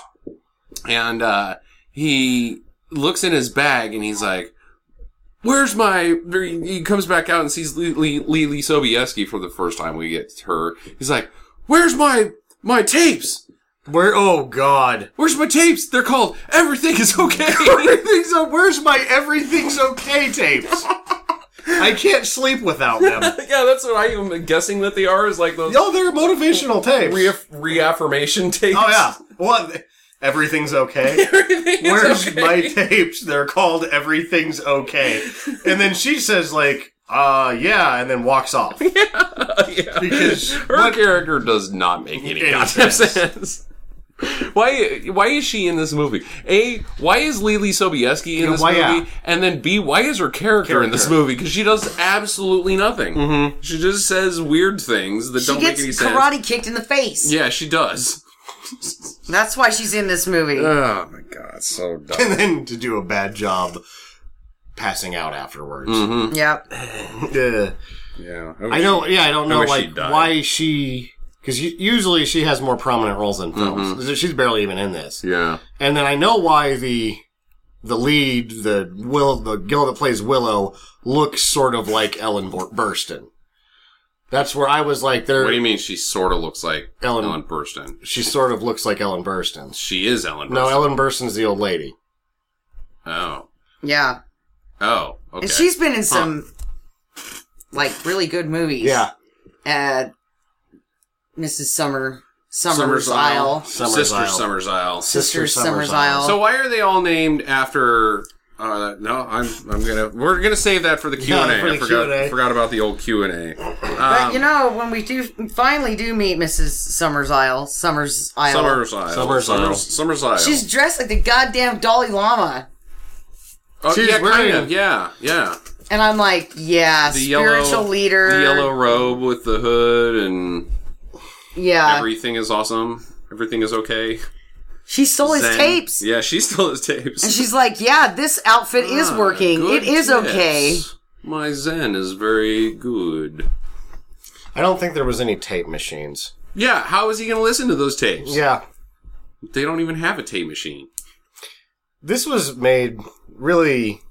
Speaker 1: and uh, he looks in his bag, and he's like, "Where's my?" He comes back out and sees Lily Lily Sobieski for the first time. We get her. He's like, "Where's my my tapes?"
Speaker 4: Where? Oh God!
Speaker 1: Where's my tapes? They're called Everything is Okay.
Speaker 4: [laughs] Everything's o- where's my everything's okay tapes? I can't sleep without [laughs]
Speaker 1: [laughs]
Speaker 4: them.
Speaker 1: yeah, that's what I'm guessing that they are is like those
Speaker 4: Yo, they're motivational tapes.
Speaker 1: reaff- reaffirmation tapes.
Speaker 4: oh yeah. Well, th- everything's [laughs] okay.
Speaker 1: Everything is
Speaker 4: Where's
Speaker 1: okay.
Speaker 4: my tapes? They're called Everything's Okay. And then she says, like, uh, yeah, and then walks [laughs] off. Because
Speaker 1: Her
Speaker 4: what-
Speaker 1: character does not make any
Speaker 4: Any
Speaker 1: goddamn
Speaker 4: sense.
Speaker 1: sense. Why? Why is she in this movie? A. Why is Lily Sobieski in
Speaker 4: Yeah,
Speaker 1: this
Speaker 4: why,
Speaker 1: movie?
Speaker 4: yeah.
Speaker 1: And then B. Why is her character, Mm-hmm. in this
Speaker 4: Character.
Speaker 1: movie? Because she does absolutely nothing. She just says weird things that [laughs]
Speaker 3: She
Speaker 1: don't make
Speaker 3: gets
Speaker 1: any
Speaker 3: karate
Speaker 1: sense.
Speaker 3: kicked in the face.
Speaker 1: Yeah, she does.
Speaker 3: That's why she's in this movie.
Speaker 1: Oh my god, so dumb.
Speaker 4: [laughs] and then to do a bad job passing out afterwards.
Speaker 1: Mm-hmm.
Speaker 3: yep.
Speaker 4: Yeah.
Speaker 1: yeah,
Speaker 4: I don't, yeah, I don't know,
Speaker 1: wish she
Speaker 4: like,
Speaker 1: died.
Speaker 4: why she. Because usually she has more prominent roles in films. She's barely even in this.
Speaker 1: Yeah,
Speaker 4: And then I know why the the lead, the Will, the girl that plays Willow, looks sort of like Ellen Bur- Burstyn. That's where I was like, there.
Speaker 1: what do you mean? She sort of looks like
Speaker 4: Ellen-
Speaker 1: Ellen, Burstyn.
Speaker 4: She sort of looks like Ellen Burstyn.
Speaker 1: She is Ellen. Burstyn.
Speaker 4: No, Ellen Burstyn's the old lady.
Speaker 1: Oh,
Speaker 3: Yeah.
Speaker 1: oh, okay.
Speaker 3: And she's been in some like really good movies.
Speaker 4: Yeah,
Speaker 3: Uh, Mrs. Summer Summer's,
Speaker 1: Summer's
Speaker 3: Isle.
Speaker 1: Isle.
Speaker 4: Summer's
Speaker 1: sister
Speaker 4: Isle.
Speaker 1: Summers Isle.
Speaker 3: Sister Summer's Isle.
Speaker 1: So why are they all named after? Uh, no, I'm I'm gonna we're gonna save that
Speaker 3: [laughs]
Speaker 1: for the Q and
Speaker 4: Yeah, for
Speaker 1: A.
Speaker 4: the
Speaker 1: I forgot
Speaker 4: Q&A.
Speaker 1: forgot about the old Q and A. Um,
Speaker 3: but you know, when we do finally do meet Mrs. Summer's Isle, Summer's Isle,
Speaker 1: Summers Isle.
Speaker 4: Summers Isle.
Speaker 1: Summers- Summers Isle.
Speaker 3: she's dressed like the goddamn Dalai Lama,
Speaker 1: oh,
Speaker 4: she's
Speaker 1: yeah,
Speaker 4: wearing-
Speaker 1: kind of. Yeah, yeah.
Speaker 3: and I'm like, yeah,
Speaker 1: The yellow
Speaker 3: spiritual leader,
Speaker 1: the yellow robe with the hood, and
Speaker 3: yeah.
Speaker 1: everything is awesome. Everything is okay.
Speaker 3: she stole his
Speaker 1: Zen.
Speaker 3: tapes,
Speaker 1: Yeah, she still has tapes.
Speaker 3: and she's like, yeah, this outfit is
Speaker 1: Ah,
Speaker 3: working.
Speaker 1: good
Speaker 3: It is
Speaker 1: tips.
Speaker 3: okay.
Speaker 1: My Zen is very good.
Speaker 4: I don't think there was any tape machines.
Speaker 1: Yeah, how is he going to listen to those tapes?
Speaker 4: Yeah,
Speaker 1: They don't even have a tape machine.
Speaker 4: this was made really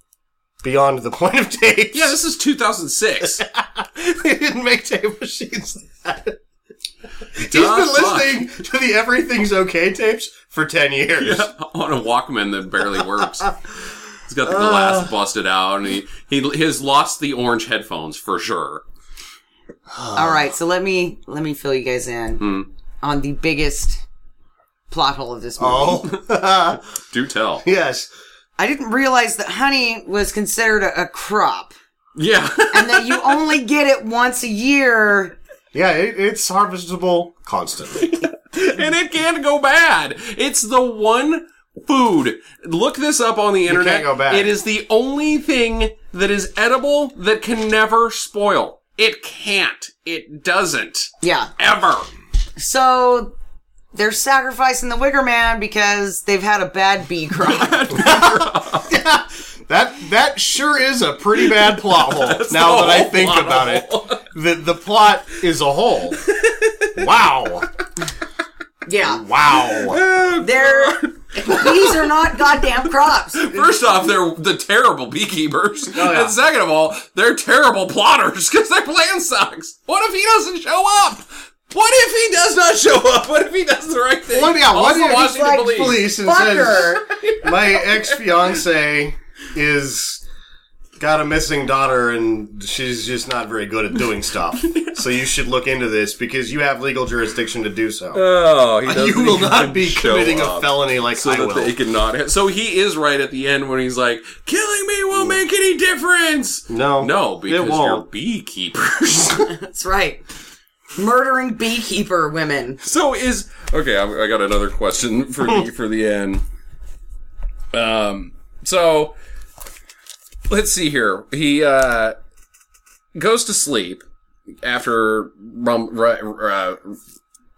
Speaker 4: beyond the [laughs] point of tapes.
Speaker 1: Yeah, this is [laughs]
Speaker 4: [laughs]
Speaker 1: 2006.
Speaker 4: they didn't make tape machines. He's
Speaker 1: Duh,
Speaker 4: been
Speaker 1: fuck.
Speaker 4: listening to the Everything's Okay tapes for ten years.
Speaker 1: on a Walkman that barely works. He's got the
Speaker 4: Uh.
Speaker 1: glass busted out, and he he has lost the orange headphones for sure. Ah.
Speaker 3: All right, so let me let me fill you guys in
Speaker 1: Hmm.
Speaker 3: on the biggest plot hole of this movie.
Speaker 4: Oh,
Speaker 1: Do tell.
Speaker 4: yes.
Speaker 3: I didn't realize that honey was considered a, a crop
Speaker 1: Yeah, [laughs]
Speaker 3: and that you only get it once a year.
Speaker 4: Yeah, it, it's harvestable constantly.
Speaker 1: and it can't go bad. It's the one food. Look this up on the internet.
Speaker 4: can't go bad.
Speaker 1: It is the only thing that is edible that can never spoil. It can't. It doesn't
Speaker 3: Yeah.
Speaker 1: ever.
Speaker 3: So they're sacrificing the Wigger Man because they've had a bad bee
Speaker 1: [laughs]
Speaker 3: crop.
Speaker 4: that that sure is a pretty bad plot hole. now
Speaker 1: the
Speaker 4: that I
Speaker 1: whole
Speaker 4: think
Speaker 1: plot
Speaker 4: about it, the the plot is a whole. wow,
Speaker 3: yeah.
Speaker 4: wow.
Speaker 3: They're bees are not goddamn crops.
Speaker 1: First off, they're the terrible beekeepers,
Speaker 4: yeah.
Speaker 1: and second of all, they're terrible plotters because their plan sucks. What if he doesn't show up? What if he does not show up? What if he does the right thing?
Speaker 4: What, yeah, what
Speaker 1: Also,
Speaker 4: if he's
Speaker 1: Washington
Speaker 3: like,
Speaker 1: police.
Speaker 4: [laughs] Police and says
Speaker 3: Fucker.
Speaker 4: my ex fiance is got a missing daughter and she's just not very good at doing stuff. so you should look into this because you have legal jurisdiction to do so.
Speaker 1: Oh, he doesn't
Speaker 4: you will
Speaker 1: even
Speaker 4: not be
Speaker 1: show
Speaker 4: committing a
Speaker 1: up.
Speaker 4: felony like
Speaker 1: So
Speaker 4: I
Speaker 1: that
Speaker 4: will.
Speaker 1: they could not. Have, so he is right at the end when he's like, "Killing me won't make any difference."
Speaker 4: No.
Speaker 1: no,
Speaker 4: It
Speaker 1: because you're
Speaker 4: won't.
Speaker 1: beekeepers. [laughs]
Speaker 3: That's right. Murdering beekeeper women.
Speaker 1: so is okay. I'm, I got another question for
Speaker 4: [laughs]
Speaker 1: the for the end. Um. So let's see here. He uh goes to sleep after rum, r- uh,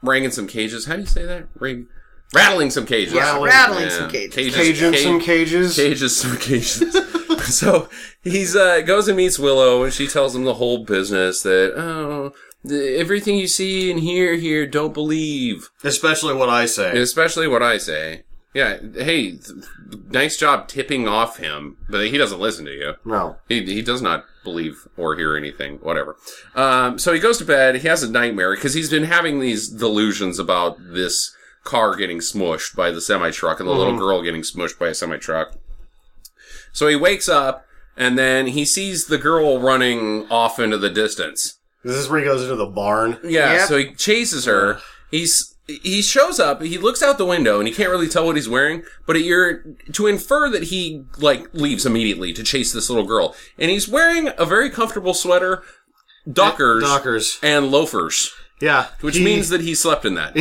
Speaker 1: ranging some cages. How do you say that? Ring. Rattling some cages.
Speaker 3: Yeah,
Speaker 4: Rattling.
Speaker 3: rattling
Speaker 1: Yeah.
Speaker 3: some cages.
Speaker 4: Cage in
Speaker 1: Cage-
Speaker 4: some cages.
Speaker 1: cages [laughs] some cages. so he's uh, goes and meets Willow, and she tells him the whole business that oh, th- everything you see and hear here, don't believe,
Speaker 4: Especially what I say.
Speaker 1: especially what I say. Yeah, hey, th- nice job tipping off him, but he doesn't listen to you.
Speaker 4: no.
Speaker 1: He, he does not believe or hear anything, whatever. Um, so he goes to bed. He has a nightmare because he's been having these delusions about this car getting smushed by the semi truck and the little girl getting smushed by a semi truck. So he wakes up and then he sees the girl running off into the distance.
Speaker 4: This is where he goes into the barn.
Speaker 1: Yeah.
Speaker 3: Yep.
Speaker 1: So he chases her. He's he shows up. He looks out the window and he can't really tell what he's wearing, but you're to infer that he like leaves immediately to chase this little girl, and he's wearing a very comfortable sweater, dockers,
Speaker 4: Dockers.
Speaker 1: and loafers,
Speaker 4: Yeah.
Speaker 1: which
Speaker 4: He-
Speaker 1: means that he slept in
Speaker 4: [laughs]
Speaker 1: that.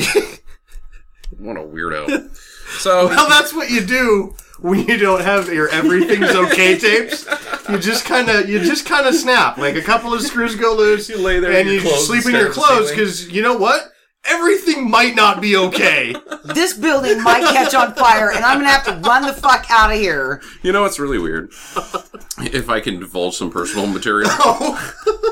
Speaker 1: what a weirdo. So
Speaker 4: Well, that's what you do when you don't have your
Speaker 1: [laughs]
Speaker 4: everything's okay tapes. You just kind of you just kind of snap. Like a couple of screws go loose.
Speaker 1: You lay there in
Speaker 4: and
Speaker 1: your
Speaker 4: you
Speaker 1: clothes
Speaker 4: sleep in
Speaker 1: and
Speaker 4: your
Speaker 1: stare at the
Speaker 4: clothes
Speaker 1: ceiling.
Speaker 4: because you know what? Everything might not be
Speaker 1: [laughs]
Speaker 4: okay.
Speaker 3: This building might catch on fire, and I'm gonna have to run the fuck out of here.
Speaker 1: you know it's really weird. if I can divulge some personal
Speaker 4: [laughs]
Speaker 1: material.
Speaker 4: Oh.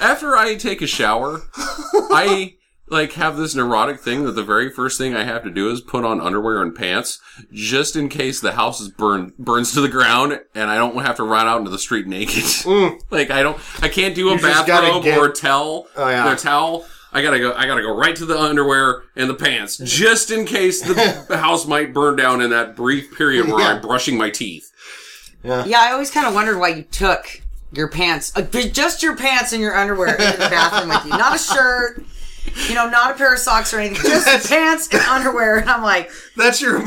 Speaker 1: after I take a shower, I like have this neurotic thing that the very first thing I have to do is put on underwear and pants just in case the house is burned burns to the ground and I don't have to run out into the street naked. [laughs] like I don't I can't do a
Speaker 4: Mm. just gotta
Speaker 1: bathrobe
Speaker 4: get-
Speaker 1: or a towel
Speaker 4: Oh, yeah.
Speaker 1: or a towel. I gotta go I gotta go right to the underwear and the pants just in case
Speaker 4: [laughs]
Speaker 1: the the house might burn down in that brief period where I'm brushing my teeth.
Speaker 3: Yeah, I always kind of wondered why you took your pants, uh, just your pants and your underwear into the bathroom with you, not a shirt. You know, not a pair of socks or anything,
Speaker 4: [laughs]
Speaker 3: just pants and underwear. And I'm like,
Speaker 4: That's your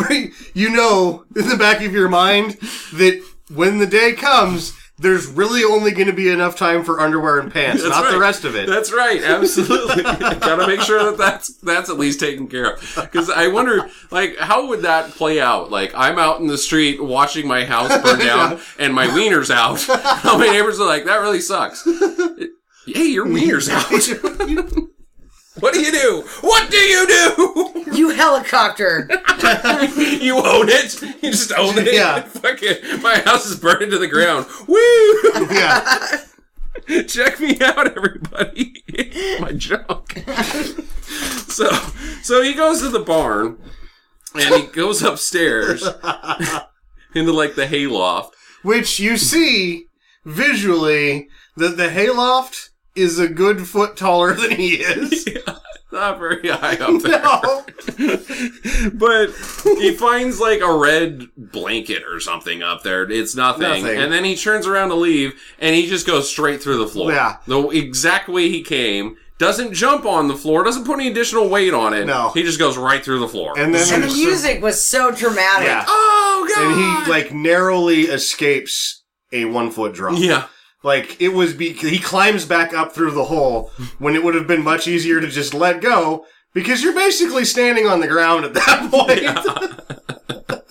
Speaker 4: you know in the back of your mind that when the day comes, there's really only going to be enough time for underwear and pants,
Speaker 1: That's
Speaker 4: not the
Speaker 1: right.
Speaker 4: rest of it.
Speaker 1: That's
Speaker 4: [laughs]
Speaker 1: right. Absolutely. Gotta make sure that that's, that's at least taken care of. Cause I wonder, like, how would that play out? Like, I'm out in the street watching my house
Speaker 4: [laughs]
Speaker 1: burn down and my wiener's out. How many neighbors are like, that really sucks. Hey,
Speaker 4: [laughs]
Speaker 1: your wiener's out. What do you do? What do you do?
Speaker 3: you
Speaker 4: [laughs]
Speaker 3: helicopter.
Speaker 1: [laughs] You own it. You just own it. [laughs]
Speaker 4: Yeah.
Speaker 1: Fuck it. My house is burning to the ground. Woo! [laughs]
Speaker 4: yeah.
Speaker 1: check me out, everybody. [laughs] My junk. [laughs] so, so he goes to the barn and he goes
Speaker 4: [laughs]
Speaker 1: upstairs into like the hayloft.
Speaker 4: Which you see visually that the hayloft is a good foot taller than he is. [laughs]
Speaker 1: Not very high up there,
Speaker 4: No.
Speaker 1: but he finds like a red blanket or something up there. It's nothing.
Speaker 4: Nothing.
Speaker 1: And then he turns around to leave, and he just goes straight through the floor.
Speaker 4: Yeah.
Speaker 1: the exact way he came. Doesn't jump on the floor. Doesn't put any additional weight on it.
Speaker 4: No.
Speaker 1: he just goes right through the floor.
Speaker 4: And then
Speaker 3: And the
Speaker 4: there's
Speaker 3: music was so dramatic.
Speaker 4: Yeah.
Speaker 1: oh god!
Speaker 4: some- and he like narrowly escapes a one foot drop.
Speaker 1: yeah.
Speaker 4: Like it was be he climbs back up through the hole when it would have been much easier to just let go because you're basically standing on the ground at that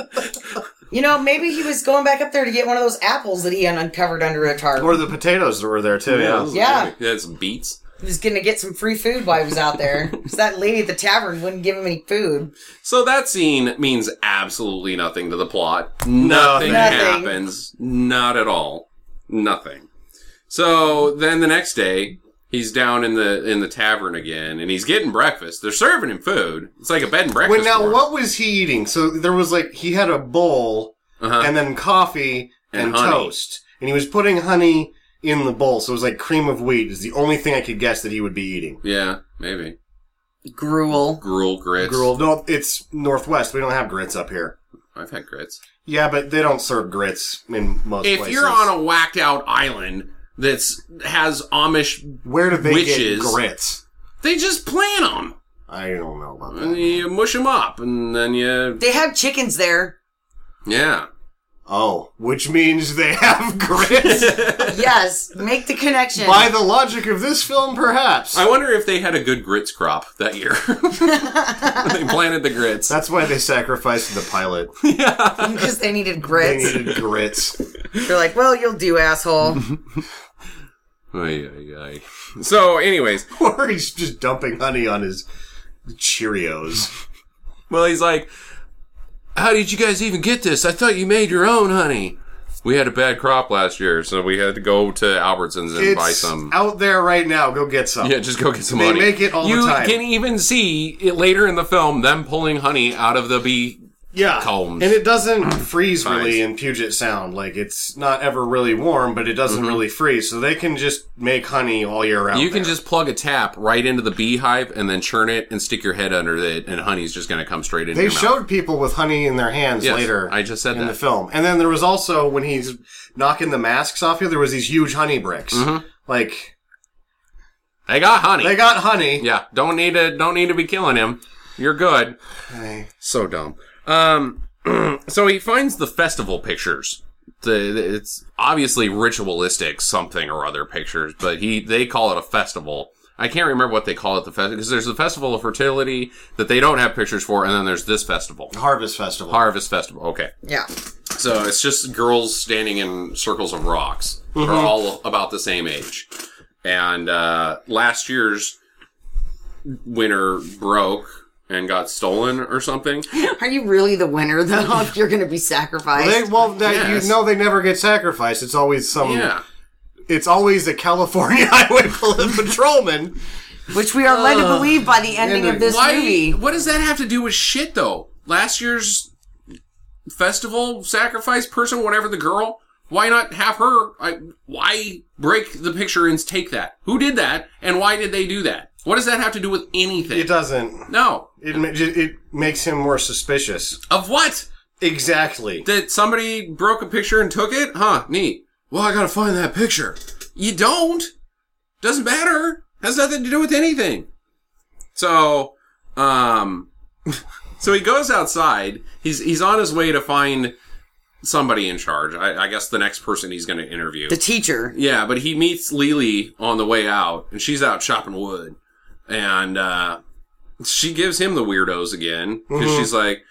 Speaker 4: [laughs] point.
Speaker 3: You know, maybe he was going back up there to get one of those apples that he had uncovered under a tarp.
Speaker 4: Or the potatoes that were there too. Yeah.
Speaker 3: Yeah.
Speaker 1: That's beats.
Speaker 3: he was going to get some free food while he was out there. 'Cause that lady at the tavern wouldn't give him any food.
Speaker 1: So that scene means absolutely nothing to the plot. Nothing,
Speaker 4: Nothing.
Speaker 1: happens. Not at all. Nothing. So then the next day, he's down in the in the tavern again, and he's getting breakfast. They're serving him food. It's like a bed and breakfast.
Speaker 4: Wait, now
Speaker 1: for him.
Speaker 4: what was he eating? So there was like he had a bowl
Speaker 1: Uh-huh.
Speaker 4: and then coffee
Speaker 1: And
Speaker 4: and,
Speaker 1: honey.
Speaker 4: toast, and he was putting honey in the bowl. So it was like cream of wheat is the only thing I could guess that he would be eating.
Speaker 1: Yeah, maybe
Speaker 3: Gruel.
Speaker 1: gruel grits.
Speaker 4: Girl, no, it's northwest. We don't have grits up here.
Speaker 1: I've had grits.
Speaker 4: Yeah, but they don't serve grits in most
Speaker 1: If
Speaker 4: places.
Speaker 1: you're on a whacked out island that's has Amish,
Speaker 4: where do they
Speaker 1: witches-
Speaker 4: get grits?
Speaker 1: they just plant them.
Speaker 4: I don't know about
Speaker 1: And
Speaker 4: that.
Speaker 1: you mush them up, and then you
Speaker 3: They have chickens there.
Speaker 1: yeah.
Speaker 4: Oh, which means they have [laughs] grits.
Speaker 3: Yes, make the connection.
Speaker 4: By the logic of this film, perhaps.
Speaker 1: I wonder if they had a good grits crop that year. [laughs] they planted the grits.
Speaker 4: That's why they sacrificed the pilot.
Speaker 3: [laughs] Because they needed
Speaker 4: They
Speaker 3: grits.
Speaker 4: needed grits. [laughs]
Speaker 3: They're like, well, you'll do, asshole.
Speaker 1: Ay, ay, ay. So, anyways,
Speaker 4: or he's just dumping honey on his Cheerios.
Speaker 1: well, he's like, "How did you guys even get this? I thought you made your own honey." We had a bad crop last year, so we had to go to Albertsons and buy
Speaker 4: It's
Speaker 1: some.
Speaker 4: out there right now. Go get some.
Speaker 1: Yeah, just go get some
Speaker 4: They
Speaker 1: honey.
Speaker 4: make it all the
Speaker 1: you
Speaker 4: time.
Speaker 1: can even see it later in the film them pulling honey out of the bee.
Speaker 4: Yeah.
Speaker 1: Combs.
Speaker 4: And it doesn't freeze
Speaker 1: Fines.
Speaker 4: really in Puget Sound. Like it's not ever really warm, but it doesn't really freeze. So they can just make honey all year round.
Speaker 1: Mm-hmm. You can
Speaker 4: there.
Speaker 1: just plug a tap right into the beehive and then churn it and stick your head under it, and honey's just going to come straight into
Speaker 4: They
Speaker 1: your mouth.
Speaker 4: showed people with honey in their hands
Speaker 1: Yes,
Speaker 4: later.
Speaker 1: I just said
Speaker 4: in
Speaker 1: that.
Speaker 4: the film. And then there was also when he's knocking the masks off you, there was these huge honey bricks.
Speaker 1: Mm-hmm.
Speaker 4: Like
Speaker 1: They got honey.
Speaker 4: they got honey.
Speaker 1: yeah, don't need to don't need to be killing him. You're good.
Speaker 4: I-
Speaker 1: So dumb. Um, [clears throat] so he finds the festival pictures. The, the- it's obviously ritualistic something or other pictures, but he they call it a festival. I can't remember what they call it the festival because there's the festival of fertility that they don't have pictures for, and then there's this festival,
Speaker 4: Harvest Festival.
Speaker 1: harvest festival. Okay,
Speaker 3: yeah.
Speaker 1: so it's just girls standing in circles of rocks. They're all about the same age. And uh, last year's winner broke and got stolen or something.
Speaker 3: Are you really the winner, though, if you're going to be sacrificed?
Speaker 4: They, well, that,
Speaker 1: Yes.
Speaker 4: you know they never get sacrificed. It's always some.
Speaker 1: Yeah.
Speaker 4: It's always a California [laughs] Highway Patrolman.
Speaker 3: Which we are led to believe by the ending
Speaker 4: yeah,
Speaker 3: of this
Speaker 1: Why?
Speaker 3: movie.
Speaker 1: What does that have to do with shit though? Last year's festival sacrifice person, whatever the girl. Why not have her? I, why break the picture and take that? Who did that, and why did they do that? What does that have to do with anything?
Speaker 4: It doesn't.
Speaker 1: no.
Speaker 4: It ma- ju- it makes him more suspicious.
Speaker 1: Of what?
Speaker 4: Exactly.
Speaker 1: That somebody broke a picture and took it? Huh? Neat. Well, I gotta find that picture. You don't. Doesn't matter. Has nothing to do with anything. So, um, [laughs] so he goes outside. He's he's on his way to find somebody in charge. I, I guess the next person he's going to interview.
Speaker 3: The teacher.
Speaker 1: Yeah, but he meets Lily on the way out, and she's out chopping wood, and uh, she gives him the weirdos again because she's like,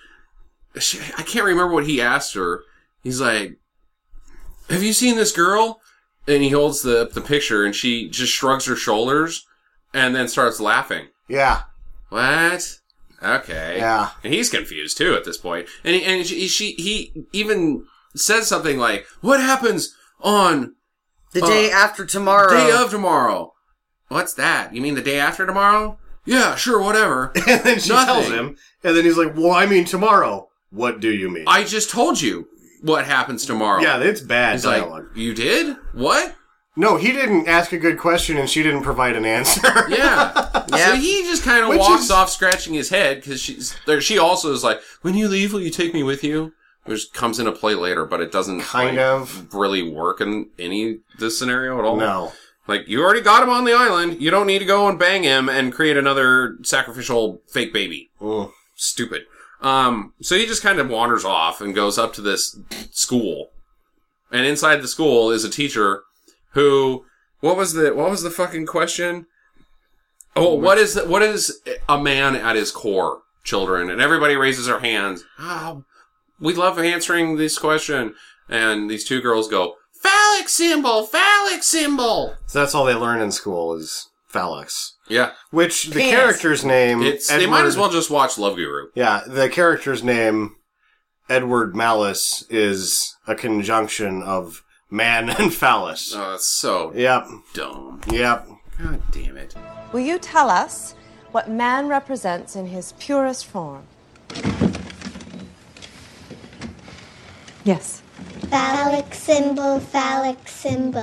Speaker 1: she, I can't remember what he asked her. He's like, "Have you seen this girl?" And he holds the the picture, and she just shrugs her shoulders, and then starts laughing.
Speaker 4: Yeah.
Speaker 1: What? Okay.
Speaker 4: Yeah.
Speaker 1: And he's confused too at this point. And he, and she, she he even says something like, "What happens on?"
Speaker 3: The day after tomorrow.
Speaker 1: Day of tomorrow. What's that? You mean the day after tomorrow? Yeah, sure,
Speaker 4: [laughs]
Speaker 1: whatever.
Speaker 4: [laughs] And then she
Speaker 1: Nothing.
Speaker 4: tells him, and then he's like, "Well, I mean tomorrow. What do you mean?"
Speaker 1: I just told you what happens tomorrow.
Speaker 4: yeah, it's bad
Speaker 1: He's like,
Speaker 4: dialogue.
Speaker 1: you did? What?
Speaker 4: no, he didn't ask a good question, and she didn't provide an answer. [laughs]
Speaker 1: Yeah. So
Speaker 3: Yeah.
Speaker 1: he just kind of
Speaker 4: Which
Speaker 1: walks
Speaker 4: is-
Speaker 1: off scratching his head because she's there. She also is like, when you leave, will you take me with you? Which comes into play later, but it doesn't
Speaker 4: kind
Speaker 1: like,
Speaker 4: of.
Speaker 1: really work in any this scenario at all.
Speaker 4: No.
Speaker 1: Like you already got him on the island. You don't need to go and bang him and create another sacrificial fake baby.
Speaker 4: Mm.
Speaker 1: Stupid. Um, so he just kind of wanders off and goes up to this school, and inside the school is a teacher who. What was the what was the fucking question? Oh, what is what is a man at his core, children? And everybody raises their hands. Oh, we love answering this question. And these two girls go phallic symbol, phallic symbol.
Speaker 4: So that's all they learn in school is phalanx.
Speaker 1: Yeah,
Speaker 4: Which the
Speaker 3: Penis.
Speaker 4: character's name
Speaker 1: it's they might
Speaker 4: Edward-
Speaker 1: as well just watch Love Guru.
Speaker 4: Yeah, the character's name Edward Malice is a conjunction of man [laughs] and phallus.
Speaker 1: Oh, that's so
Speaker 4: Yep,
Speaker 1: dumb.
Speaker 4: yep.
Speaker 1: God damn it.
Speaker 6: Will you tell us what man represents in his purest form? Yes.
Speaker 7: Phallic symbol, phallic symbol.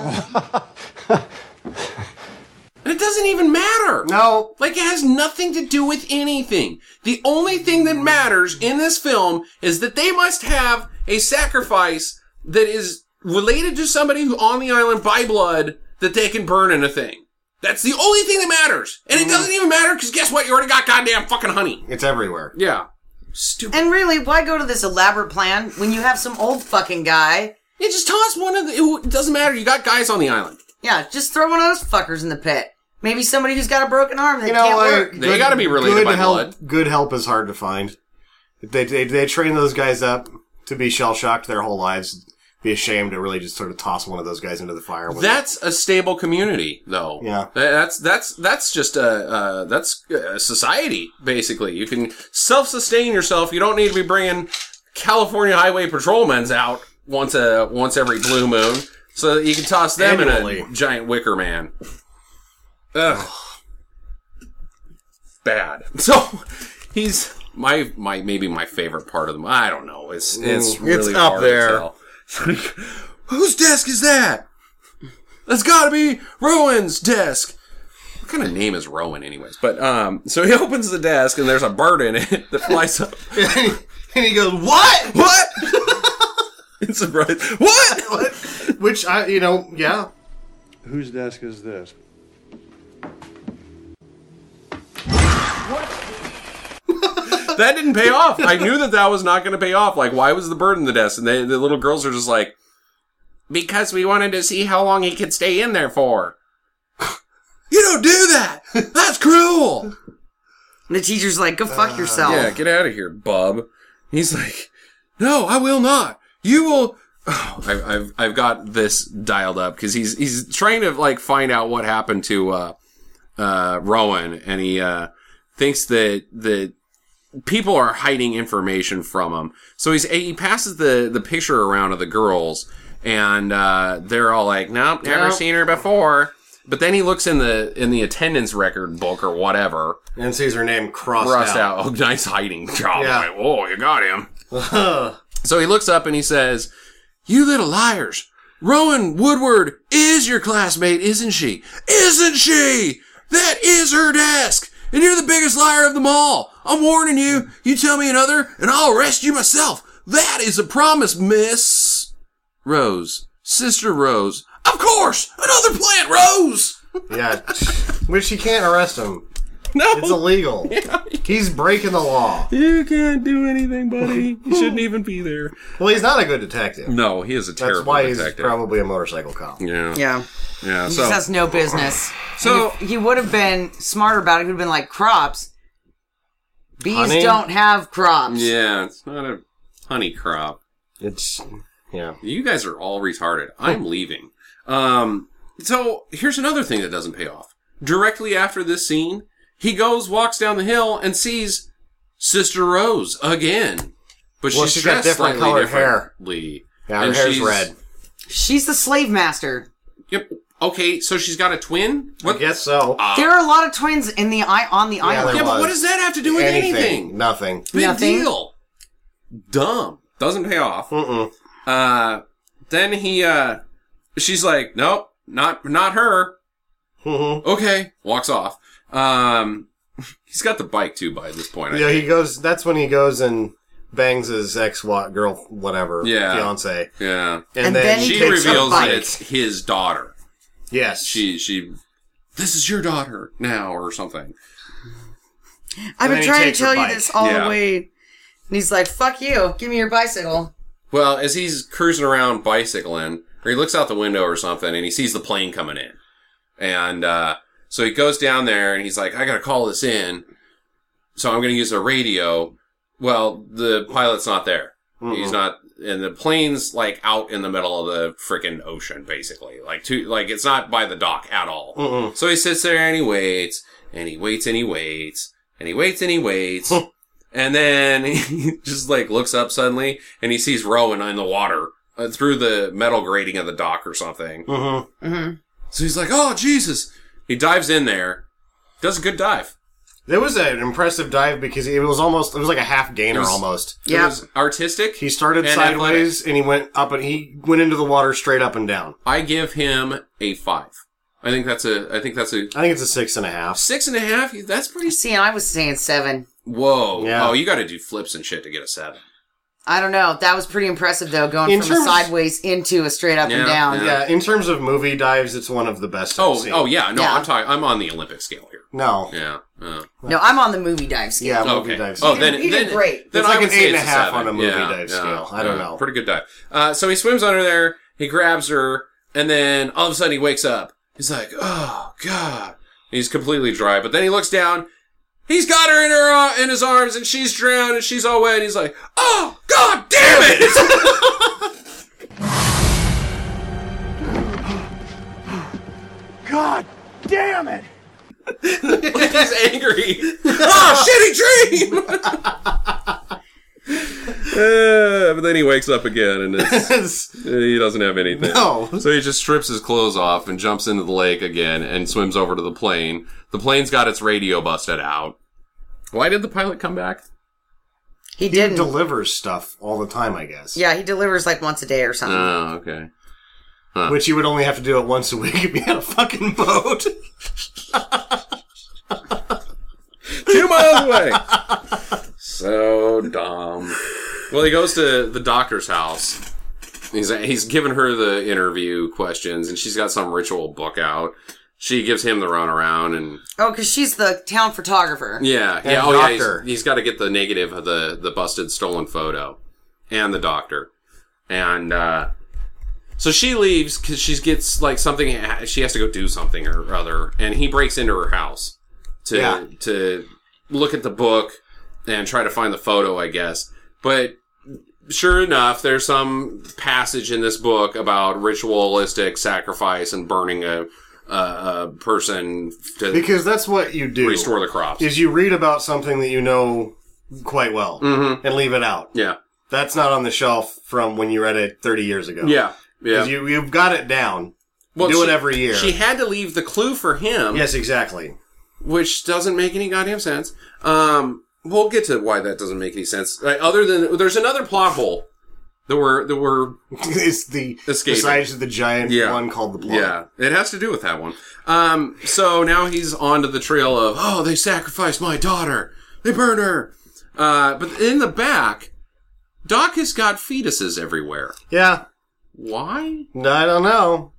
Speaker 1: And it doesn't even matter.
Speaker 4: No.
Speaker 1: Like it has nothing to do with anything. The only thing that matters in this film is that they must have a sacrifice that is related to somebody who on the island by blood that they can burn in a thing. That's the only thing that matters. And it doesn't even matter because guess what? You already got goddamn fucking honey.
Speaker 4: It's everywhere.
Speaker 1: Yeah. Stupid.
Speaker 3: And really, why go to this elaborate plan when you have some old fucking guy?
Speaker 1: yeah, just toss one of the, it doesn't matter. You got guys on the island.
Speaker 3: Yeah, just throw one of those fuckers in the pit. Maybe somebody who's got a broken arm that
Speaker 4: You know,
Speaker 3: can't
Speaker 4: like,
Speaker 3: work.
Speaker 1: They gotta be related
Speaker 4: good
Speaker 1: by
Speaker 4: help,
Speaker 1: blood.
Speaker 4: Good help is hard to find. They, they, they train those guys up to be shell shocked their whole lives. Be ashamed to really just sort of toss one of those guys into the fire. when-
Speaker 1: That's a stable community, though.
Speaker 4: Yeah.
Speaker 1: Th- that's that's that's just a uh, that's uh society basically. You can self-sustain yourself. You don't need to be bringing California Highway Patrolmen's out once a once every blue moon, so that you can toss them
Speaker 4: Annually.
Speaker 1: in a giant wicker man. Ugh, bad. [laughs] So he's my my maybe my favorite part of them. I don't know. It's it's
Speaker 4: Mm,
Speaker 1: really
Speaker 4: it's up
Speaker 1: hard
Speaker 4: there.
Speaker 1: To tell. [laughs] Whose desk is that? That's gotta be Rowan's desk. What kind of name is Rowan, anyways? But um, so he [laughs] opens the desk and there's a bird in it that flies
Speaker 4: [laughs]
Speaker 1: up.
Speaker 4: and he goes, "What?"
Speaker 1: What? [laughs] it's a bird.
Speaker 4: [laughs]
Speaker 1: What?
Speaker 4: Which I, you know, yeah.
Speaker 5: Whose desk is this?
Speaker 1: That didn't pay off. I knew that that was not going to pay off. Like, why was the bird in the desk? And they, the little girls are just like, because we wanted to see how long he could stay in there for. [laughs] you don't do that. That's cruel.
Speaker 3: And the teacher's like, go fuck yourself.
Speaker 1: Yeah, get out of here, bub. He's like, no, I will not. You will. [sighs] Oh, I've, I've, I've got this dialed up because he's he's trying to like find out what happened to uh, uh, Rowan, and he uh, thinks that that people are hiding information from him. So he's he passes the the picture around of the girls, and uh, they're all like, "Nope, never
Speaker 3: Nope.
Speaker 1: seen her before." But then he looks in the in the attendance record book or whatever,
Speaker 4: And sees her name crossed,
Speaker 1: Rust
Speaker 4: out.
Speaker 1: out. Oh, nice hiding job.
Speaker 4: Yeah.
Speaker 1: Like, Whoa, you got
Speaker 4: [laughs]
Speaker 1: him. so he looks up and he says, You little liars. Rowan Woodward is your classmate, isn't she? Isn't she? That is her desk. And you're the biggest liar of them all. I'm warning you. You tell me another, and I'll arrest you myself. That is a promise, Miss Rose. Sister Rose. Of course! Another plant, Rose!
Speaker 4: Yeah, [laughs] which he can't arrest him.
Speaker 1: No!
Speaker 4: It's
Speaker 1: [laughs]
Speaker 4: illegal. He's breaking the law.
Speaker 1: You can't do anything, buddy. You shouldn't even be there.
Speaker 4: Well, he's not a good detective.
Speaker 1: No, he is a
Speaker 4: That's
Speaker 1: Mm, terrible
Speaker 4: why he's
Speaker 1: detective.
Speaker 4: probably a motorcycle cop.
Speaker 1: yeah, yeah.
Speaker 3: Yeah. He
Speaker 1: so
Speaker 3: just has no business.
Speaker 1: So-
Speaker 3: So he would have been smarter about it. He would have been like, crops. Bees
Speaker 4: Honey?
Speaker 3: don't have crops.
Speaker 1: yeah, it's not a honey crop.
Speaker 4: It's yeah.
Speaker 1: You guys are all retarded.
Speaker 3: Oh.
Speaker 1: I'm leaving. Um, so here's another thing that doesn't pay off. Directly after this scene, he goes, walks down the hill, and sees Sister Rose again. But
Speaker 4: Well,
Speaker 1: she's
Speaker 4: she's got
Speaker 1: dressed
Speaker 4: different
Speaker 1: slightly
Speaker 4: colored hair.
Speaker 1: differently.
Speaker 4: Yeah, her
Speaker 1: And
Speaker 4: hair's
Speaker 1: she's-
Speaker 4: red.
Speaker 3: She's the slave master.
Speaker 1: Yep. Okay, so she's got a twin. Ah.
Speaker 4: I guess so.
Speaker 3: There are a lot of twins in the i on the island.
Speaker 1: Yeah, but what
Speaker 4: was.
Speaker 1: does that have to do with anything?
Speaker 4: Nothing.
Speaker 1: Big
Speaker 3: Nothing.
Speaker 1: deal. Dumb. Doesn't pay off.
Speaker 4: Mm-mm.
Speaker 1: Uh, then he, uh, she's like, nope, not, not her.
Speaker 4: Mm-hmm.
Speaker 1: Okay. Walks off. Um, [laughs] he's got the bike too by this point. I
Speaker 4: Yeah,
Speaker 1: think.
Speaker 4: he goes. That's when he goes and bangs his ex girl, whatever,
Speaker 1: Yeah.
Speaker 4: fiance,
Speaker 1: Yeah.
Speaker 4: and,
Speaker 3: And
Speaker 4: then,
Speaker 3: then
Speaker 1: She
Speaker 3: takes her
Speaker 1: reveals that
Speaker 3: bike.
Speaker 1: it's his daughter.
Speaker 4: yes,
Speaker 1: She, she, this is your daughter now or something.
Speaker 3: I've
Speaker 4: And then
Speaker 3: been
Speaker 4: he
Speaker 3: trying to
Speaker 4: takes her
Speaker 3: tell you
Speaker 4: bike.
Speaker 3: this all
Speaker 1: Yeah.
Speaker 3: the way. And he's like, fuck you. Give me your bicycle.
Speaker 1: Well, as he's cruising around bicycling, or he looks out the window or something, and he sees the plane coming in, and uh, so he goes down there, and he's like, "I gotta call this in," so I'm gonna use a radio. Well, the pilot's not there. He's not, and the plane's like out in the middle of the freaking ocean, basically. Like, to, like it's not by the dock at all. So he sits there and he waits, and he waits and he waits, and he waits and he waits. And then [laughs] he just like looks up suddenly and he sees Rowan in the water uh, through the metal grating of the dock or something. Mm-hmm. So he's like, oh, Jesus. He dives in there, does a good dive.
Speaker 4: There was an impressive dive because it was almost it was like a half gainer
Speaker 1: was-
Speaker 4: almost.
Speaker 1: It
Speaker 3: Yeah.
Speaker 1: was artistic.
Speaker 4: He started
Speaker 1: and
Speaker 4: sideways and he went up and he went into the water straight up and down.
Speaker 1: athletic. I give him a five. I think that's a. I think that's a
Speaker 4: I think it's a six and a half.
Speaker 1: six and a half. That's pretty.
Speaker 3: See, I was saying seven.
Speaker 1: Whoa.
Speaker 4: Yeah.
Speaker 1: Oh, you got to do flips and shit to get a seven.
Speaker 3: I don't know. That was pretty impressive though, going
Speaker 4: In
Speaker 3: from a
Speaker 4: terms-
Speaker 3: sideways into a straight up
Speaker 1: Yeah,
Speaker 3: and down.
Speaker 4: Yeah, in terms of movie dives, it's one of the best. I've
Speaker 1: Oh.
Speaker 4: seen.
Speaker 1: Oh yeah. No,
Speaker 3: Yeah.
Speaker 1: I'm talking. I'm on the Olympic scale here.
Speaker 4: no,
Speaker 1: Yeah. Uh,
Speaker 3: No, I'm on the movie dive scale.
Speaker 4: yeah, movie
Speaker 1: okay.
Speaker 4: dives.
Speaker 1: Oh,
Speaker 4: Yeah.
Speaker 1: then
Speaker 3: You did
Speaker 1: then
Speaker 3: great.
Speaker 1: Then
Speaker 4: It's
Speaker 1: I
Speaker 4: like
Speaker 1: would
Speaker 4: an
Speaker 1: say
Speaker 4: eight and
Speaker 1: it's
Speaker 4: a half
Speaker 1: seven.
Speaker 4: on a movie
Speaker 1: Yeah,
Speaker 4: dive
Speaker 1: yeah,
Speaker 4: scale. I don't
Speaker 1: yeah.
Speaker 4: know.
Speaker 1: Pretty good dive. Uh, so he swims under there. He grabs her, and then all of a sudden he wakes up. He's like, "Oh God!" He's completely dry. But then he looks down. He's got her in her uh, in his arms, and she's drowned, and she's all wet. And he's like, "Oh God, damn
Speaker 4: [laughs]
Speaker 1: it!"
Speaker 5: God damn it!
Speaker 1: He's angry. oh, shitty dream. Uh, but then he wakes up again, and it's,
Speaker 4: It's-
Speaker 1: he doesn't have anything.
Speaker 4: No.
Speaker 1: So he just strips his clothes off and jumps into the lake again and swims over to the plane. The plane's got its radio busted out. Why did the pilot come back?
Speaker 3: He
Speaker 4: he
Speaker 3: didn't.
Speaker 4: delivers stuff all the time, I guess.
Speaker 3: yeah, he delivers like once a day or something.
Speaker 1: Oh, okay.
Speaker 4: Which you would only have to do it once a week if you had a fucking boat. [laughs]
Speaker 1: Two miles away. so dumb. Well, he goes to the doctor's house. He's he's giving her the interview questions, and she's got some ritual book out. She gives him the runaround, and
Speaker 3: Oh, because she's the town photographer.
Speaker 1: Yeah, yeah,
Speaker 4: the
Speaker 1: oh yeah.
Speaker 4: doctor.
Speaker 1: he's- he's got to get the negative of the the busted stolen photo, and the doctor, and uh, so she leaves because she gets like something. She has to go do something or other, and he breaks into her house to
Speaker 4: Yeah.
Speaker 1: to look at the book and try to find the photo, I guess. But sure enough, there's some passage in this book about ritualistic sacrifice and burning a a, a person to
Speaker 4: because that's what you do.
Speaker 1: restore the crops.
Speaker 4: is you read about something that you know quite well
Speaker 1: Mm-hmm.
Speaker 4: and leave it out.
Speaker 1: yeah.
Speaker 4: That's not on the shelf from when you read it 30 years ago.
Speaker 1: Yeah,
Speaker 4: 'Cause
Speaker 1: yeah.
Speaker 4: You, you've got it down.
Speaker 1: Well,
Speaker 4: do it
Speaker 1: she-
Speaker 4: every year.
Speaker 1: She had to leave the clue for him,
Speaker 4: yes, exactly. [laughs]
Speaker 1: which doesn't make any goddamn sense. Um, we'll get to why that doesn't make any sense. Right, other than there's another plot hole that we're that we're
Speaker 4: it's the
Speaker 1: Escaping.
Speaker 4: besides the giant
Speaker 1: Yeah.
Speaker 4: one called the plot.
Speaker 1: yeah, it has to do with that one. Um, so now he's onto the trail of oh they sacrificed my daughter, they burned her. Uh, but in the back, Doc has got fetuses everywhere.
Speaker 4: Yeah.
Speaker 1: Why?
Speaker 4: No, I don't know.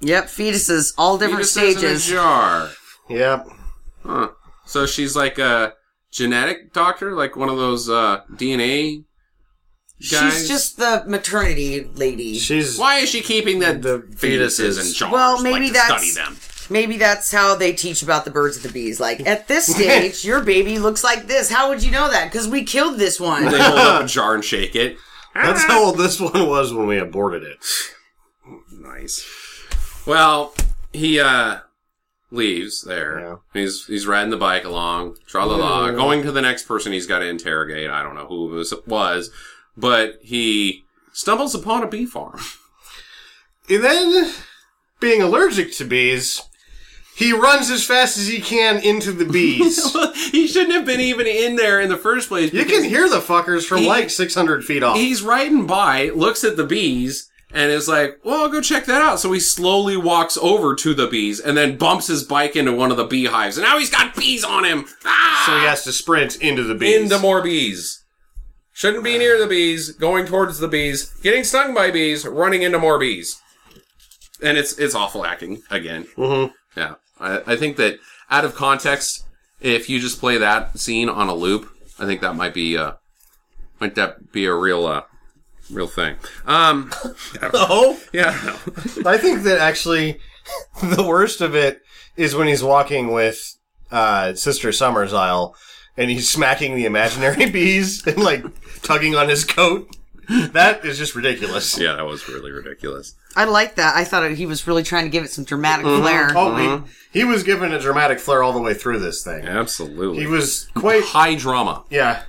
Speaker 3: Yep, fetuses, all different
Speaker 1: Fetuses in a
Speaker 3: stages.
Speaker 1: jar.
Speaker 4: Yep.
Speaker 1: Huh. So she's like a genetic doctor, like one of those uh, DNA guys.
Speaker 3: She's just the maternity lady.
Speaker 4: She's
Speaker 1: Why is she keeping the,
Speaker 4: The
Speaker 1: fetuses
Speaker 4: fetuses.
Speaker 1: in jars?
Speaker 3: Well, maybe
Speaker 1: like, to
Speaker 3: that's-
Speaker 1: study them.
Speaker 3: Maybe that's how they teach about the birds and the bees. Like at
Speaker 1: [laughs]
Speaker 3: this stage, your baby looks like this. How would you know that? Because we killed this one.
Speaker 1: They hold
Speaker 3: [laughs]
Speaker 1: up a jar and shake it.
Speaker 4: that's how old this one was when we aborted it.
Speaker 1: Nice. Well, he uh leaves there.
Speaker 4: Yeah.
Speaker 1: He's he's riding the bike along, tra la la, going to the next person he's got to interrogate. I don't know who it was, was, but he stumbles upon a bee farm. [laughs]
Speaker 4: And then, being allergic to bees, he runs as fast as he can into the bees.
Speaker 1: [laughs] he shouldn't have been even in there in the first place.
Speaker 4: you can hear the fuckers from
Speaker 1: He-
Speaker 4: like 600 feet off.
Speaker 1: he's riding by, looks at the bees, and is like, "Well, I'll go check that out." So he slowly walks over to the bees and then bumps his bike into one of the beehives, and now he's got bees on him. Ah!
Speaker 4: so he has to sprint into the bees.
Speaker 1: into more [laughs] bees. Shouldn't be near the bees. Going towards the bees, getting stung by bees, running into more bees, and it's it's awful acting again. Mm-hmm. Yeah, I, I think that out of context, if you just play that scene on a loop, I think that might be uh might that be a real uh real thing. Um,
Speaker 4: oh,
Speaker 1: yeah, [laughs] I don't know.
Speaker 4: I think that actually [laughs] the worst of it is when he's walking with uh, Sister Summer's Isle and he's smacking the imaginary [laughs] bees and like tugging on his coat. That is just ridiculous.
Speaker 1: yeah, that was really ridiculous.
Speaker 3: I like that. I thought he was really trying to give it some dramatic
Speaker 1: Uh-huh.
Speaker 3: flair.
Speaker 4: Oh, he, he was given a dramatic flair all the way through this thing.
Speaker 1: Absolutely,
Speaker 4: He was quite.
Speaker 1: high drama.
Speaker 4: Yeah.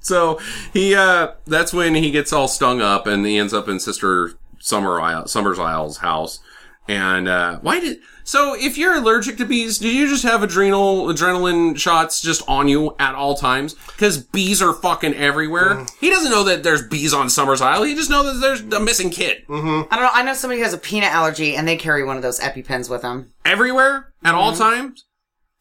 Speaker 1: So he uh that's when he gets all stung up and he ends up in Sister Summer Isle, Summer's Isle's house And uh, why did so? If you're allergic to bees, do you just have adrenal adrenaline shots just on you at all times? Because bees are fucking everywhere. He doesn't know that there's bees on Summer's Isle. He just knows that there's a missing kid
Speaker 3: I don't know. I know somebody who has a peanut allergy and they carry one of those EpiPens with them.
Speaker 1: everywhere at all times.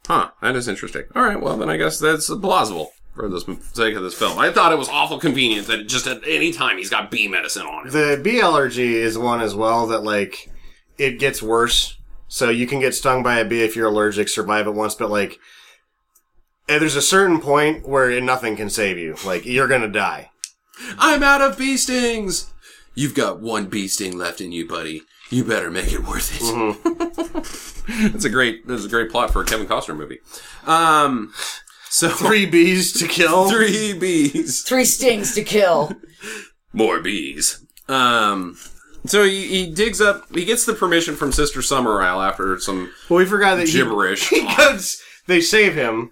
Speaker 1: Huh? That is interesting. All right. Well, then I guess that's plausible for the sake of this film. I thought it was awful convenient that it just at any time he's got bee medicine on him.
Speaker 4: The bee allergy is one as well that like it gets worse. So you can get stung by a bee if you're allergic, survive it once, but like eh, there's a certain point where nothing can save you. Like you're gonna die.
Speaker 1: I'm out of bee stings. You've got one bee sting left in you, buddy. You better make it worth it. Mm-hmm. [laughs] that's a great. That's a great plot for a Kevin Costner movie. Um, so
Speaker 4: Three bees to
Speaker 1: [laughs]
Speaker 4: kill.
Speaker 1: three bees,
Speaker 3: Three stings to kill.
Speaker 1: [laughs] more bees. Um, so he, he digs up. He gets the permission from Sister Summer Isle after some
Speaker 4: Well, we forgot that he- [laughs]
Speaker 1: gibberish.
Speaker 4: He,
Speaker 1: [laughs]
Speaker 4: goes. They save him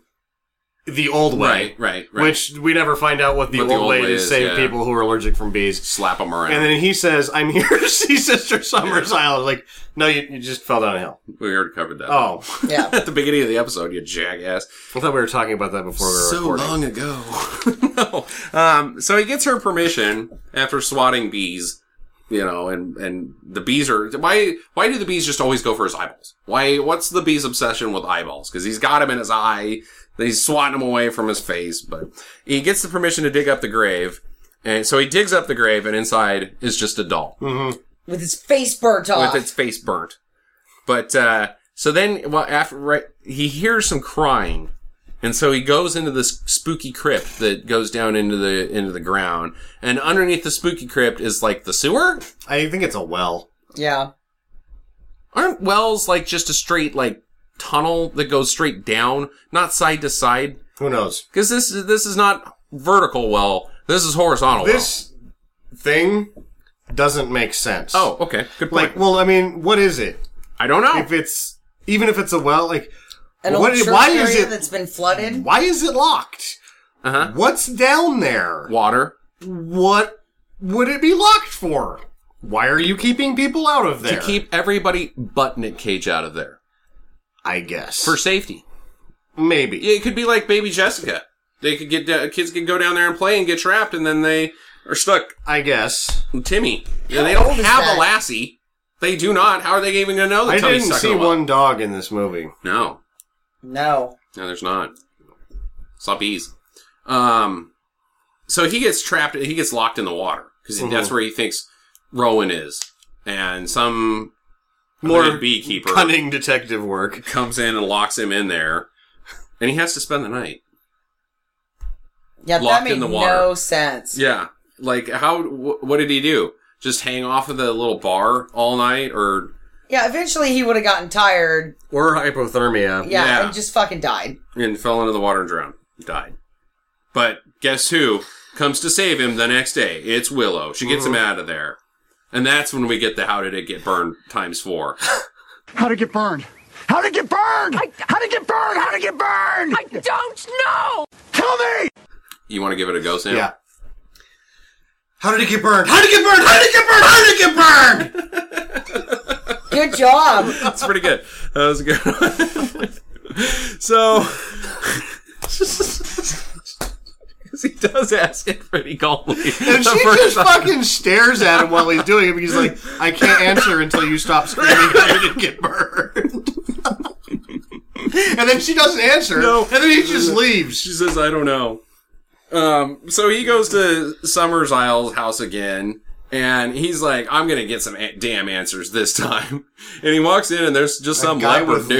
Speaker 4: the old way,
Speaker 1: Right, right, right.
Speaker 4: Which we never find out what the,
Speaker 1: What
Speaker 4: old, way, to save
Speaker 1: yeah.
Speaker 4: people who are allergic from bees.
Speaker 1: slap him around.
Speaker 4: And then he says, "I'm here [laughs] to see Sister Summer's Isle." Like, no, you, you just fell down a hill.
Speaker 1: we already covered [laughs] that.
Speaker 4: Oh,
Speaker 3: Yeah.
Speaker 1: At the beginning of the episode, you jackass.
Speaker 4: I thought we were talking about that before we were
Speaker 1: so
Speaker 4: recording.
Speaker 1: long ago. [laughs] no. Um, so he gets her permission after swatting bees, you know, and, and the bees are, why, why do the bees just always go for his eyeballs? Why, what's the bee's obsession with eyeballs? Cause he's got him in his eye. He's swatting him away from his face, but he gets the permission to dig up the grave. And so he digs up the grave and inside is just a doll
Speaker 3: With his face burnt off.
Speaker 1: with its face burnt. But uh, so then, well, after right, he hears some crying, and so he goes into this spooky crypt that goes down into the into the ground, and underneath the spooky crypt is like the sewer.
Speaker 4: I think it's a well.
Speaker 3: yeah.
Speaker 1: Aren't wells like just a straight like tunnel that goes straight down, not side to side?
Speaker 4: Who knows?
Speaker 1: Because this is this is not vertical well. This is
Speaker 4: Oh.
Speaker 1: horizontal. well.
Speaker 4: This thing doesn't make sense.
Speaker 1: Oh, okay. Good point.
Speaker 4: like, well, I mean, what is it?
Speaker 1: I don't know.
Speaker 4: If it's even if it's a well, like,
Speaker 3: An
Speaker 4: What
Speaker 3: old
Speaker 4: is-
Speaker 3: church
Speaker 4: why
Speaker 3: area
Speaker 4: is it-
Speaker 3: that's been flooded.
Speaker 4: why is it locked?
Speaker 1: Uh-huh.
Speaker 4: What's down there?
Speaker 1: Water.
Speaker 4: What would it be locked for? Why are you keeping people out of there?
Speaker 1: To keep everybody but Nick Cage out of there
Speaker 4: I guess,
Speaker 1: for safety.
Speaker 4: maybe.
Speaker 1: Yeah, it could be like Baby Jessica. They could get da- kids could go down there and play and get trapped, and then they are stuck.
Speaker 4: I guess.
Speaker 1: Timmy, yeah, they
Speaker 3: How
Speaker 1: don't
Speaker 3: old is
Speaker 1: have
Speaker 3: that?
Speaker 1: a lassie. They do not. How are they even gonna know? That
Speaker 4: I
Speaker 1: Tummy's
Speaker 4: didn't
Speaker 1: stuck in
Speaker 4: see
Speaker 1: a well?
Speaker 4: one dog in this movie.
Speaker 1: No,
Speaker 3: No.
Speaker 1: no, there's not. It's not bees. Um, so he gets trapped. He gets locked in the water because
Speaker 4: Mm-hmm.
Speaker 1: that's where he thinks Rowan is, and some
Speaker 4: More
Speaker 1: beekeeper
Speaker 4: cunning detective work.
Speaker 1: comes in and locks him in there, and he has to spend the night.
Speaker 3: Yeah,
Speaker 1: Locked
Speaker 3: that made
Speaker 1: in the
Speaker 3: no
Speaker 1: water.
Speaker 3: sense.
Speaker 1: Yeah. Like how? Wh- what did he do? Just hang off of the little bar all night, or
Speaker 3: Yeah, eventually he would have gotten tired.
Speaker 4: Or hypothermia.
Speaker 3: Yeah,
Speaker 1: Yeah.
Speaker 3: and just fucking died.
Speaker 1: and fell into the water and drowned, died. But guess who comes to save him the next day? It's Willow. She gets him
Speaker 4: Mm-hmm.
Speaker 1: out of there, and that's when we get the "How did it get burned?" times four.
Speaker 5: How'd it get burned? How'd it get burned? How'd it get burned? How'd it get burned? I don't know! Tell me!
Speaker 1: You want to give it a go, Sam?
Speaker 4: Yeah. How did it get burned?
Speaker 1: How did it get burned? How did it get burned? How did it get burned?
Speaker 3: Good job.
Speaker 4: [laughs]
Speaker 1: That's pretty good. That was a good. one. [laughs] so, [laughs] because he does ask it pretty calmly. [laughs]
Speaker 4: And
Speaker 1: the
Speaker 4: she
Speaker 1: first
Speaker 4: just
Speaker 1: time.
Speaker 4: fucking stares at him while he's doing it because like, I can't answer until you stop screaming how did it get burned. [laughs] and then she doesn't answer.
Speaker 1: No.
Speaker 4: And then he just leaves.
Speaker 1: She says, I don't know. Um, so he goes to Summers Isle's house again, and he's like, I'm gonna get some a- damn answers this time. [laughs] And he walks in, and there's just some
Speaker 4: Guy
Speaker 1: leper
Speaker 4: with
Speaker 1: dude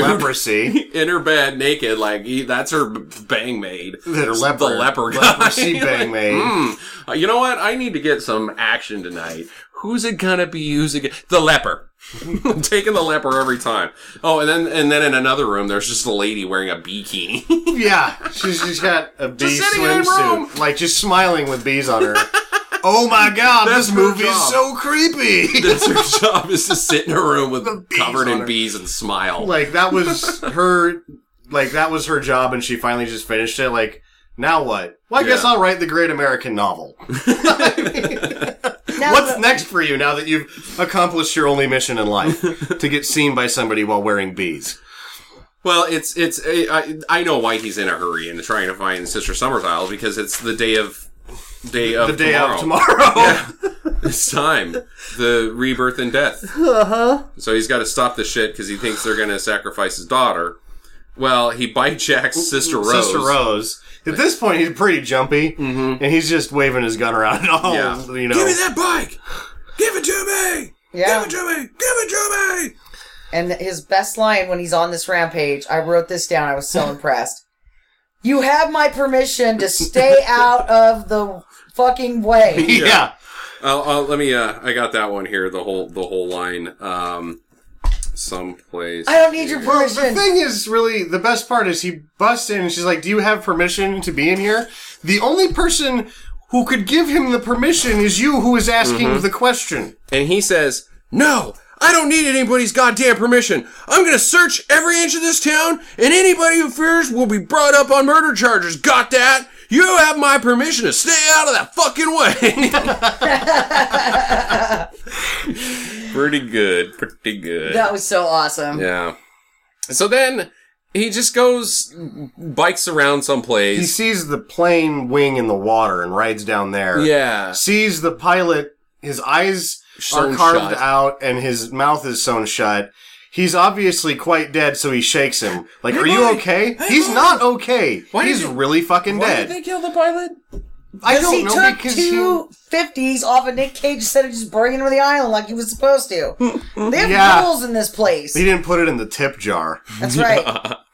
Speaker 1: [laughs]
Speaker 4: leprosy.
Speaker 1: in her bed naked, like, he, that's her b- bang maid.
Speaker 4: That are leper.
Speaker 1: The leper guy.
Speaker 4: Leprosy
Speaker 1: [laughs]
Speaker 4: bang made.
Speaker 1: Uh, You know what? I need to get some action tonight. Who's it gonna be using? it- The leper. [laughs] Taking the leper every time. Oh, and then and then in another room, there's just a lady wearing a bikini. [laughs]
Speaker 4: Yeah, she's just got a bee
Speaker 1: sitting in her room.
Speaker 4: swimsuit, like just smiling with bees
Speaker 1: [laughs]
Speaker 4: on her. oh my god,
Speaker 1: That's
Speaker 4: this
Speaker 1: her
Speaker 4: movie is
Speaker 1: job.
Speaker 4: so creepy.
Speaker 1: That's her job is to sit in a room with
Speaker 4: The bees
Speaker 1: covered
Speaker 4: on
Speaker 1: in
Speaker 4: her.
Speaker 1: bees and smile.
Speaker 4: like
Speaker 1: [laughs]
Speaker 4: that was her, like that was her job, and she finally just finished it. Like now what? Well, I guess
Speaker 1: Yeah. [laughs]
Speaker 4: I'll write the great American novel.
Speaker 3: Now
Speaker 4: What's
Speaker 3: the-
Speaker 4: next for you now that you've accomplished your only mission
Speaker 1: [laughs]
Speaker 4: in life? to get seen by somebody while wearing beads.
Speaker 1: Well, it's it's I, I know why he's in a hurry and trying to find Sister Summer's Isles because it's the day of day of
Speaker 4: The day
Speaker 1: tomorrow.
Speaker 4: of tomorrow.
Speaker 1: It's time the rebirth and death.
Speaker 4: Uh-huh.
Speaker 1: So he's got to stop the shit because he thinks they're going to sacrifice his daughter. Well, he hijacks Sister Rose.
Speaker 4: [laughs] Sister Rose. At this point, he's pretty jumpy, mm-hmm. and he's just waving his gun around at all.
Speaker 1: Yeah.
Speaker 4: You know,
Speaker 1: Give me that bike. Give it to me.
Speaker 3: Yeah.
Speaker 1: Give it to me. Give it to me.
Speaker 3: And his best line when he's on this rampage, I wrote this down. I was so
Speaker 4: [laughs]
Speaker 3: impressed. You have my permission to stay out of the fucking
Speaker 4: [laughs]
Speaker 3: way.
Speaker 4: yeah.
Speaker 1: I'll, I'll, let me. Uh, I got that one here. The whole the whole line. Um, someplace.
Speaker 3: I don't need your
Speaker 4: Well, the
Speaker 3: permission.
Speaker 4: thing is, really, the best part is he busts in, and she's like, "Do you have permission to be in here?" The only person who could give him the permission is you, who is asking
Speaker 1: Mm-hmm.
Speaker 4: the question.
Speaker 1: and he says, "No, I don't need anybody's goddamn permission. I'm gonna search every inch of this town, and anybody who fears will be brought up on murder charges. Got that? You have my permission to stay out of that fucking way." [laughs] pretty good. Pretty good.
Speaker 3: That was so awesome.
Speaker 1: yeah. So then he just goes bikes around
Speaker 4: He
Speaker 1: someplace.
Speaker 4: sees the plane wing in the water and rides down there.
Speaker 1: yeah.
Speaker 4: sees the pilot. His eyes
Speaker 1: Sewn
Speaker 4: are carved
Speaker 1: shut.
Speaker 4: out, and his mouth is sewn shut. He's obviously quite dead, so he shakes him. Like, "Are you
Speaker 1: buddy.
Speaker 4: okay?"
Speaker 1: Hey,
Speaker 4: He's
Speaker 1: buddy.
Speaker 4: not okay.
Speaker 1: Why did
Speaker 4: He's
Speaker 1: you-
Speaker 4: really fucking
Speaker 1: Why
Speaker 4: dead.
Speaker 1: did they kill the pilot?
Speaker 4: I
Speaker 3: Because
Speaker 4: don't
Speaker 3: he
Speaker 4: know
Speaker 3: took
Speaker 4: because
Speaker 3: two fifties off of Nick Cage instead of just bringing him to the island like he was supposed
Speaker 4: [laughs]
Speaker 3: to. they have
Speaker 4: Yeah.
Speaker 3: rules in this place.
Speaker 4: he, he didn't put it in the tip
Speaker 1: [laughs]
Speaker 4: jar.
Speaker 3: That's
Speaker 4: [laughs]
Speaker 3: right.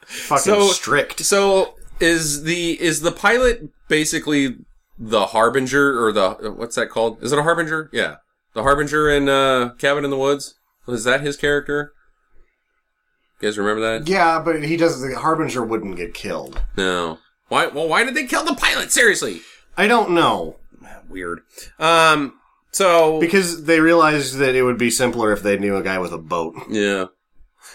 Speaker 4: Fucking
Speaker 1: So-
Speaker 4: strict.
Speaker 1: So is the is the pilot basically the harbinger or the what's that called? Is it a harbinger? Yeah, the harbinger in uh, Cabin in the Woods. Was that his character? You guys remember that?
Speaker 4: Yeah, but he does. The harbinger wouldn't get killed.
Speaker 1: No. Why? Well, why did they kill the pilot? Seriously,
Speaker 4: I don't know
Speaker 1: weird. Um. So
Speaker 4: because they realized that it would be simpler if they knew a guy with
Speaker 1: [laughs]
Speaker 4: a boat.
Speaker 1: yeah.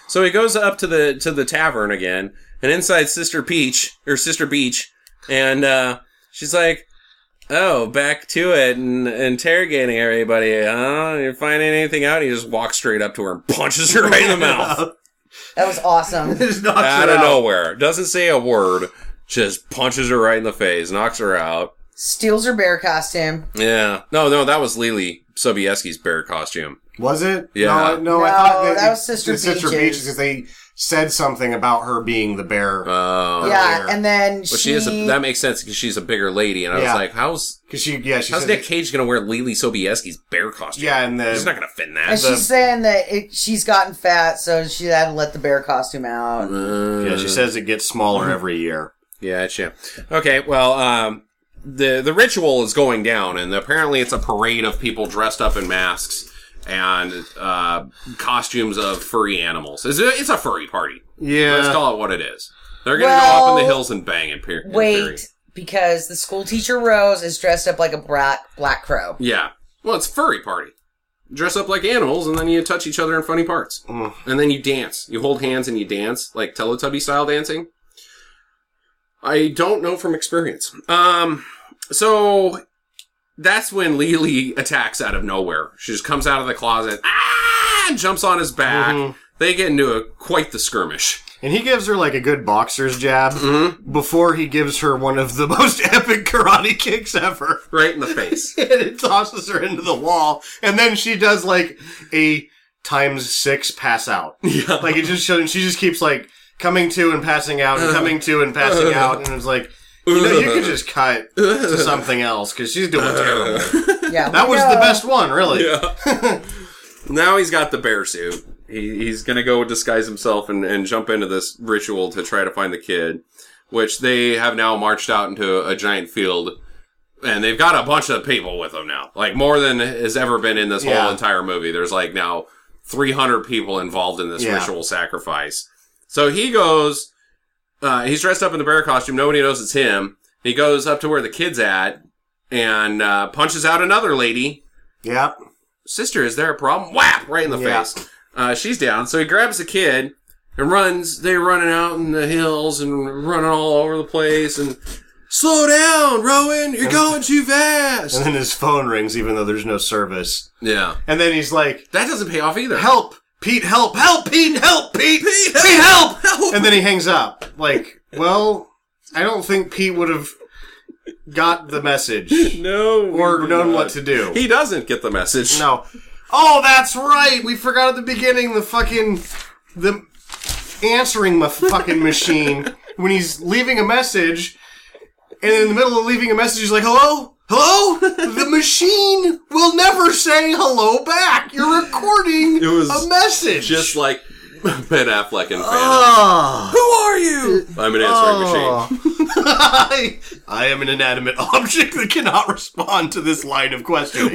Speaker 1: So he goes up to the to the tavern again, and inside Sister Peach or Sister Beach, and uh, she's like, "Oh, back to it and interrogating everybody, huh? You're finding anything out?" He just walks straight up to her and punches her right in the [laughs] mouth
Speaker 3: That was awesome.
Speaker 4: Just knocks
Speaker 1: out
Speaker 4: it
Speaker 1: of nowhere. Doesn't say a word, just punches her right in the face, knocks her out.
Speaker 3: Steals her bear costume.
Speaker 1: Yeah, no, no, that was Lily Sobieski's bear costume.
Speaker 4: Was it?
Speaker 1: Yeah.
Speaker 4: No, no, I thought
Speaker 3: No,
Speaker 4: that,
Speaker 3: that was Sister
Speaker 4: the Sister
Speaker 3: Beaches.
Speaker 4: Beaches because they said something about her being the bear
Speaker 1: Oh,
Speaker 3: yeah,
Speaker 4: there.
Speaker 3: and then
Speaker 1: but
Speaker 3: she,
Speaker 1: she is. A, that makes sense because she's a bigger lady, and I
Speaker 4: Yeah.
Speaker 1: was like, "How's
Speaker 4: because she, yeah, she
Speaker 1: How's
Speaker 4: said
Speaker 1: Nick
Speaker 4: that-
Speaker 1: Cage gonna wear Lily Sobieski's bear costume?
Speaker 4: yeah, and
Speaker 1: he's not
Speaker 4: the
Speaker 1: gonna fit in
Speaker 3: and
Speaker 1: that.
Speaker 3: she's saying that it, she's gotten fat, so she had to let the bear costume out.
Speaker 4: yeah, she says it gets smaller every year.
Speaker 1: Yeah, it's you. Okay, well, um, the the ritual is going down, and apparently it's a parade of people dressed up in masks and uh, costumes of furry animals. It's a, it's a furry party. Let's
Speaker 4: Yeah,
Speaker 1: call it what it is. They're gonna go up in the
Speaker 3: Well,
Speaker 1: hills and bang and peer.
Speaker 3: Wait, because the school teacher Rose is dressed up like a black black crow.
Speaker 1: Yeah. Well, it's furry party. Dress up like animals, and then you touch each other in funny parts, and then you dance. You hold hands and you dance like Teletubby style dancing. I don't know from experience. Um, so that's when Lily attacks out of nowhere. She just comes out of the closet, ah, and jumps on his back. They get into a quite the skirmish.
Speaker 4: and he gives her like a good boxer's jab before he gives her one of the [laughs] most epic karate kicks ever.
Speaker 1: Right in the face.
Speaker 4: and it tosses her into the wall, and then she does like a times six pass out. Yeah, like it just shows. She just keeps like coming to and passing out, and coming to and passing out, and it's like. You know, you could just cut to something else because she's doing terrible.
Speaker 3: Yeah,
Speaker 4: That
Speaker 3: we
Speaker 4: was the
Speaker 3: know.
Speaker 4: best one, really.
Speaker 1: Now he's got the bear suit. He, he's going to go disguise himself and, and jump into this ritual to try to find the kid, which they have now marched out into a giant field. And they've got a bunch of people with them now. Like, more than has ever been in this
Speaker 4: Yeah.
Speaker 1: whole entire movie. There's like now 300 people involved in this
Speaker 4: Yeah.
Speaker 1: ritual sacrifice. So he goes, uh, he's dressed up in the bear costume. Nobody knows it's him. He goes up to where the kid's at and uh, punches out another lady
Speaker 4: Yeah.
Speaker 1: sister, is there a problem? Whap! Right in the
Speaker 4: Yeah.
Speaker 1: face. Uh, she's down. So he grabs the kid and runs. They're running out in the hills and running all over the place. And slow down, Rowan, you're going too fast.
Speaker 4: [laughs] And then his phone rings, even though there's no service.
Speaker 1: Yeah.
Speaker 4: And then he's like,
Speaker 1: That doesn't pay off either.
Speaker 4: "Help, Pete! Help! Help, Pete! Help, Pete! Pete! help!" And then he hangs up. Like, well, I don't think Pete would have got the message
Speaker 1: [laughs] No.
Speaker 4: or known what to do.
Speaker 1: He doesn't get the message.
Speaker 4: No. Oh, that's right. We forgot at the beginning the fucking the answering my
Speaker 1: [laughs]
Speaker 4: fucking machine when he's leaving a message, and in the middle of leaving a message, he's like, "Hello,
Speaker 1: [laughs]
Speaker 4: hello." the machine will never say hello back. You're recording
Speaker 1: It was
Speaker 4: a message.
Speaker 1: Just like Ben Affleck and Phantom.
Speaker 4: Oh.
Speaker 1: Who are you? I'm an answering machine.
Speaker 4: I, I am an inanimate [laughs] object that cannot respond to this line of questioning.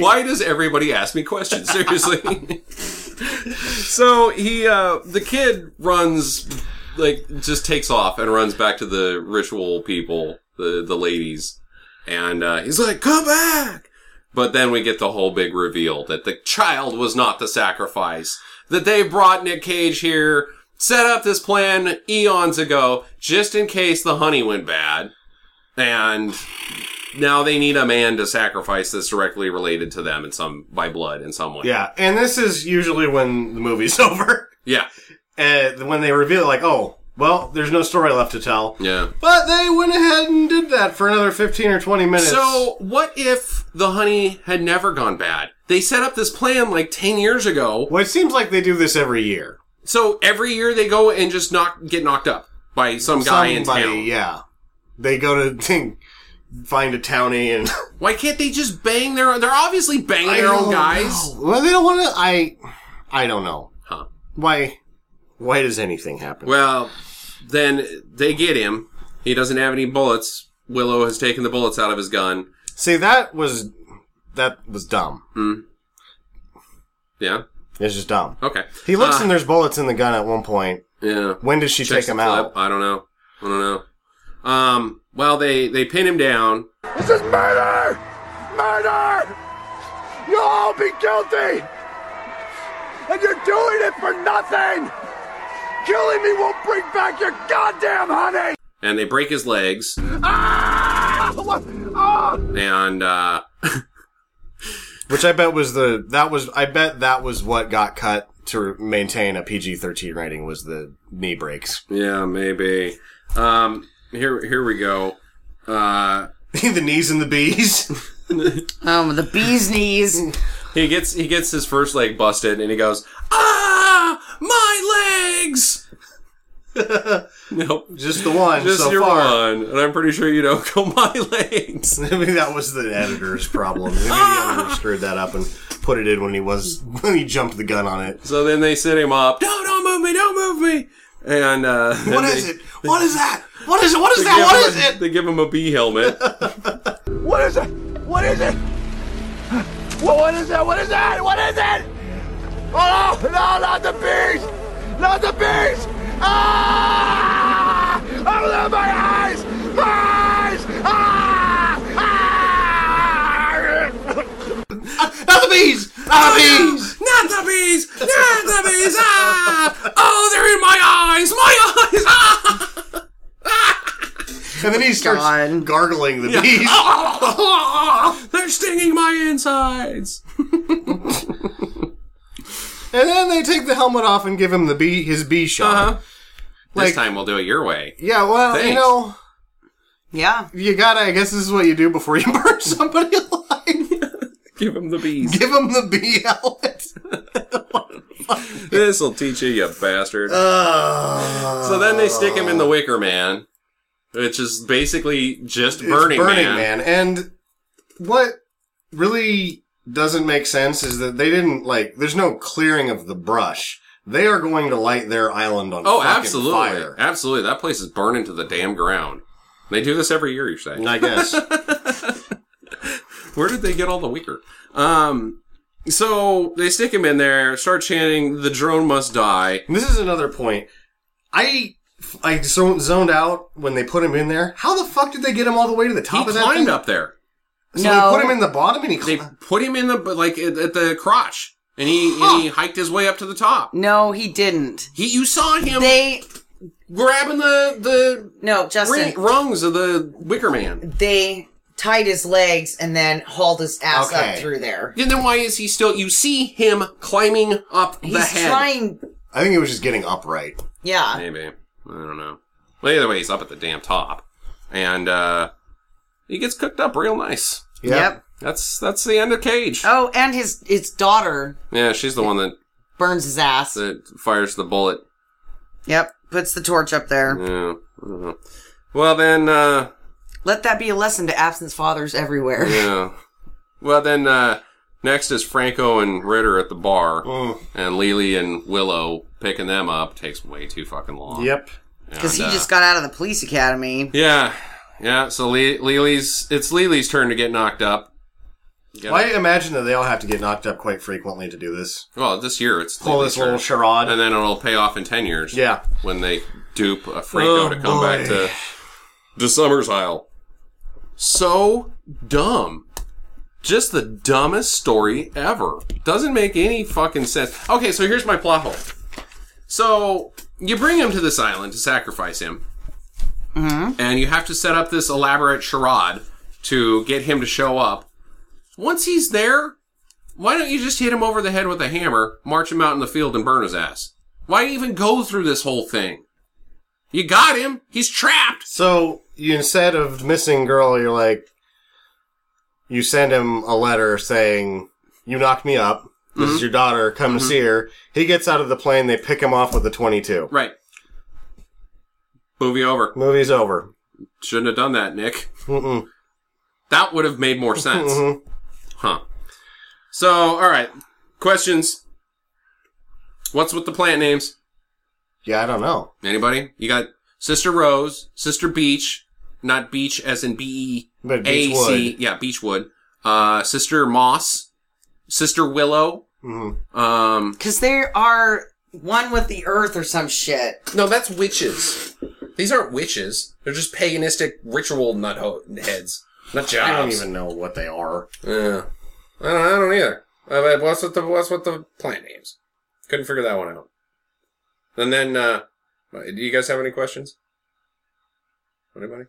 Speaker 1: [laughs] Why does everybody ask me questions? Seriously. [laughs] so he, uh, the kid runs, like, just takes off and runs back to the ritual people, the, the ladies. And, uh, he's like, come back! But then we get the whole big reveal that the child was not the sacrifice. That they brought Nick Cage here, set up this plan eons ago, just in case the honey went bad. And now they need a man to sacrifice that's directly related to them in some, by blood in some way.
Speaker 4: Yeah, and this is usually when the movie's [laughs] over.
Speaker 1: Yeah.
Speaker 4: uh, when they reveal, like, oh, well, there's no story left to tell.
Speaker 1: Yeah.
Speaker 4: But they went ahead and did that for another 15 or 20 minutes.
Speaker 1: So, what if the honey had never gone bad? They set up this plan like 10 years ago.
Speaker 4: Well, it seems like they do this every year.
Speaker 1: So, every year they go and just knock, get knocked up by some guy in town.
Speaker 4: yeah. They go to [laughs] thing, find a townie and. [laughs]
Speaker 1: Why can't they just bang their own? They're obviously banging their own guys.
Speaker 4: know. Well, they don't want to. I, I don't know.
Speaker 1: Huh.
Speaker 4: Why? Why does anything happen?
Speaker 1: Well, then they get him. He doesn't have any bullets. Willow has taken the bullets out of his gun.
Speaker 4: See, that was that was dumb.
Speaker 1: Yeah.
Speaker 4: It's just dumb.
Speaker 1: Okay.
Speaker 4: He looks
Speaker 1: Uh,
Speaker 4: and there's bullets in the gun at one point. [laughs]
Speaker 1: Yeah.
Speaker 4: When does she take
Speaker 1: Checks
Speaker 4: him
Speaker 1: the clip.
Speaker 4: out?
Speaker 1: I don't know. I don't know. Um, well, they, they pin him down.
Speaker 5: This is murder! Murder! You'll all be guilty! And you're doing it for nothing! Killing me won't bring back your goddamn honey!
Speaker 1: and they break his legs
Speaker 5: Ah! What? Ah!
Speaker 1: and uh [laughs]
Speaker 4: Which I bet was the that was I bet that was what got cut to maintain a PG thirteen rating was the knee breaks. [laughs]
Speaker 1: yeah maybe um here here we go uh
Speaker 4: the knees and the bees.
Speaker 3: [laughs] Um, the bee's knees.
Speaker 1: he gets he gets his first leg busted and he goes ah my legs nope
Speaker 4: [laughs] Just the one
Speaker 1: just
Speaker 4: so
Speaker 1: your
Speaker 4: far.
Speaker 1: one and i'm pretty sure you don't [laughs] go my legs
Speaker 4: [laughs] I mean that was the editor's problem.
Speaker 1: [laughs]
Speaker 4: Maybe the editor screwed that up and put it in when he was [laughs] when he jumped the gun on it.
Speaker 1: so then they sit him up no don't move me don't move me and uh
Speaker 4: What is it? What is that? What is it? What is that?
Speaker 1: give
Speaker 4: What
Speaker 1: him
Speaker 4: is
Speaker 1: a-
Speaker 4: it?
Speaker 1: they give him a bee
Speaker 4: [laughs]
Speaker 1: helmet
Speaker 5: What is it? What is it? What, what is that? What is that? What is it? Oh, no, not the bees! Not the bees! Ah! Oh, my eyes! My eyes! Ah! Ah!
Speaker 4: Not the bees! Not the
Speaker 1: Oh,
Speaker 4: bees!
Speaker 1: Not the bees! Not the bees! Ah! Oh, they're in my eyes! My eyes! Ah!
Speaker 4: And then he starts
Speaker 3: God.
Speaker 4: gargling the bees.
Speaker 1: Ah! [laughs] They're stinging my insides!
Speaker 4: And then they take the helmet off and give him the bee his bee shot.
Speaker 1: Uh-huh.
Speaker 4: Like-
Speaker 1: this time we'll do it your way.
Speaker 4: Yeah, well, you
Speaker 1: Thanks.
Speaker 4: know,
Speaker 3: Yeah.
Speaker 4: you gotta. I guess this is what you do before you [laughs] burn somebody [laughs] alive.
Speaker 1: Give them the bees.
Speaker 4: Give them the bee helmet.
Speaker 1: [laughs] This'll teach you, you bastard.
Speaker 4: Uh,
Speaker 1: so then they stick him in the Wicker Man, which is basically just
Speaker 4: It's
Speaker 1: Burning,
Speaker 4: Burning
Speaker 1: Man.
Speaker 4: Man. And what really doesn't make sense is that they didn't like. There's no clearing of the brush. They are going to light their island on
Speaker 1: Oh,
Speaker 4: fucking
Speaker 1: absolutely.
Speaker 4: fire.
Speaker 1: Absolutely. That place is burning to the damn ground. They do this every year, you say.
Speaker 4: I [laughs] guess.
Speaker 1: Where did they get all the wicker? Um, so they stick him in there, start chanting, "The drone must die."
Speaker 4: this is another point. I. I zo- zoned out when they put him in there. How the fuck did they get him all the way to the
Speaker 1: He
Speaker 4: top of that
Speaker 1: climbed
Speaker 4: thing?
Speaker 1: up there.
Speaker 4: So
Speaker 3: No.
Speaker 4: they put him in the bottom and he
Speaker 1: They
Speaker 4: climbed.
Speaker 1: put him in the like at at the crotch, and he and he hiked his way up to the top.
Speaker 3: No, he didn't.
Speaker 1: He, you saw him.
Speaker 3: They
Speaker 1: grabbing the
Speaker 3: No,
Speaker 1: the
Speaker 3: Justin.
Speaker 1: ring, rungs of the Wicker Man.
Speaker 3: They tied his legs and then hauled his ass
Speaker 4: Okay.
Speaker 3: up through there.
Speaker 1: And then why is he still? You see him climbing up the
Speaker 3: He's
Speaker 1: head.
Speaker 3: trying.
Speaker 4: I think it was just getting upright.
Speaker 3: Yeah.
Speaker 1: Maybe I don't know. Well, either way, he's up at the damn top, and uh he gets cooked up real nice.
Speaker 3: Yep.
Speaker 1: That's that's the end of Cage.
Speaker 3: Oh, and his his daughter
Speaker 1: Yeah, she's the one that
Speaker 3: burns his ass.
Speaker 1: that fires the bullet.
Speaker 3: Yep. Puts the torch up there.
Speaker 1: Yeah. I don't know. Well then, uh,
Speaker 3: Let that be a lesson to absent fathers everywhere.
Speaker 1: yeah. Well then, uh, next is Franco and Ritter at the bar,
Speaker 3: Mm.
Speaker 1: and Lily and Willow picking them up takes way too fucking long.
Speaker 4: Yep.
Speaker 3: Because he
Speaker 1: And, uh,
Speaker 3: just got out of the police academy.
Speaker 1: Yeah, yeah. So Le- Lily's it's Lily's turn to get knocked up. Yeah.
Speaker 4: Well, I imagine that they all have to get knocked up quite frequently to do this.
Speaker 1: Well, this year it's
Speaker 4: Pull
Speaker 1: Lily's
Speaker 4: this little
Speaker 1: turn.
Speaker 4: charade.
Speaker 1: and then it'll pay off in ten years.
Speaker 4: Yeah.
Speaker 1: when they dupe a Franco
Speaker 4: Oh,
Speaker 1: to come back
Speaker 4: boy.
Speaker 1: to to Summer's Isle. So dumb. Just the dumbest story ever. Doesn't make any fucking sense. Okay, so here's my plot hole. So you bring him to this island to sacrifice him, and you have to set up this elaborate charade to get him to show up. Once he's there, why don't you just hit him over the head with a hammer, march him out in the field, and burn his ass? Why even go through this whole thing? You got him. He's trapped.
Speaker 4: So you, instead of missing girl, you're like, you send him a letter saying, "You knocked me up. This is your daughter. Come to see her." He gets out of the plane. They pick him off with a 22.
Speaker 1: Right. Movie over.
Speaker 4: Movie's over.
Speaker 1: Shouldn't have done that, Nick.
Speaker 4: Mm-mm.
Speaker 1: That would have made more sense. Huh. So, all right. Questions. What's with the plant names?
Speaker 4: Yeah, I don't know.
Speaker 1: Anybody? You got Sister Rose, Sister Beach, not Beach as in B E
Speaker 4: But
Speaker 1: A C,
Speaker 4: Beechwood.
Speaker 1: yeah, Beechwood. Uh, Sister Moss, Sister Willow. Um,
Speaker 3: Because there are one with the earth or some shit.
Speaker 1: no, that's witches. These aren't witches. They're just paganistic ritual nut heads, nut jobs.
Speaker 4: I don't even know what they are.
Speaker 1: Yeah. I don't, I don't either. I mean, what's with the what's with the plant names? Couldn't figure that one out. And then, uh, do you guys have any questions? Anybody?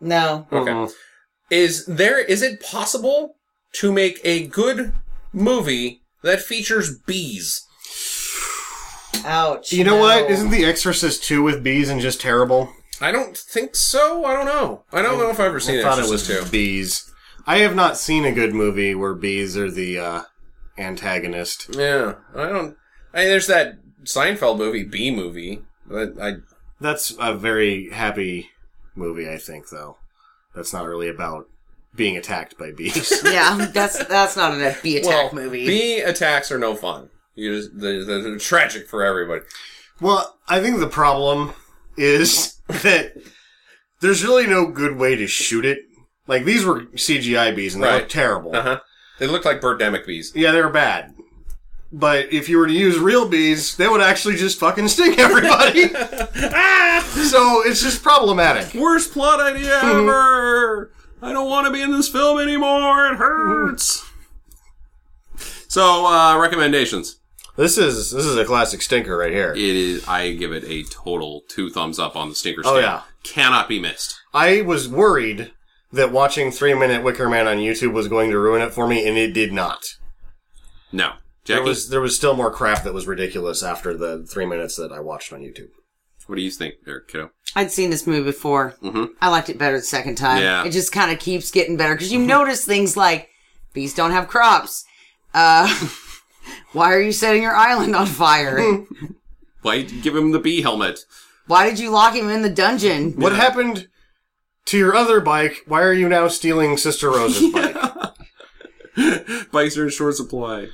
Speaker 3: No.
Speaker 1: Okay. Is there is it possible to make a good movie that features bees?
Speaker 3: Ouch.
Speaker 4: You know
Speaker 3: no.
Speaker 4: what? Isn't The Exorcist 2 with bees and just terrible?
Speaker 1: I don't think so. I don't know. I don't know if I've ever seen
Speaker 4: I
Speaker 1: it.
Speaker 4: thought it was
Speaker 1: Exorcist too.
Speaker 4: bees. I have not seen a good movie where bees are the uh, antagonist.
Speaker 1: Yeah, I don't. I mean, there's that Seinfeld movie, Bee Movie. But I
Speaker 4: That's a very happy movie, I think, though. That's not really about being attacked by [laughs] bees.
Speaker 3: Yeah, that's that's not a bee attack movie.
Speaker 1: Bee attacks are no fun. You just they're, they're, they're tragic for everybody.
Speaker 4: well, I think the problem is [laughs] that there's really no good way to shoot it. Like, these were CGI bees, and they
Speaker 1: Right.
Speaker 4: look terrible.
Speaker 1: Uh huh. They look like birdemic bees.
Speaker 4: Yeah, they were bad. But if you were to use real bees, they would actually just fucking sting [laughs] everybody. so it's just problematic.
Speaker 1: Worst plot idea
Speaker 4: Mm-hmm.
Speaker 1: ever. I don't want to be in this film anymore. It hurts.
Speaker 4: Mm-hmm.
Speaker 1: So uh, recommendations.
Speaker 4: This is this is a classic stinker right here.
Speaker 1: It is. I give it a total two thumbs up on the stinker.
Speaker 4: Oh,
Speaker 1: scale.
Speaker 4: yeah.
Speaker 1: cannot be missed.
Speaker 4: I was worried that watching Three Minute Wicker Man on YouTube was going to ruin it for me, and it did not.
Speaker 1: No, Jackie.
Speaker 4: There was there was still more crap that was ridiculous after the three minutes that I watched on YouTube.
Speaker 1: what do you think, there, kiddo?
Speaker 3: I'd seen this movie before. Mm-hmm. I liked it better the second time.
Speaker 1: Yeah. Mm-hmm.
Speaker 3: It just kind of keeps getting better because you notice things like bees don't have crops. Uh, [laughs] why are you setting your island on
Speaker 1: Mm-hmm.
Speaker 3: fire?
Speaker 1: Why did you give him the bee helmet?
Speaker 3: why did you lock him in the dungeon? [laughs]
Speaker 4: What happened to your other bike? Why are you now stealing Sister Rose's bike?
Speaker 1: Bikes are in short supply.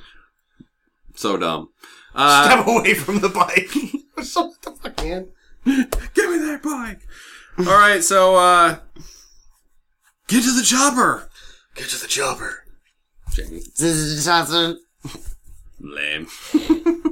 Speaker 1: So dumb.
Speaker 4: Step away from the bike. [laughs] So what the fuck, man?
Speaker 1: Give me that bike. All right, so uh get to the chopper.
Speaker 4: Get to the chopper.
Speaker 1: Jamie,
Speaker 3: This is just-
Speaker 1: lame.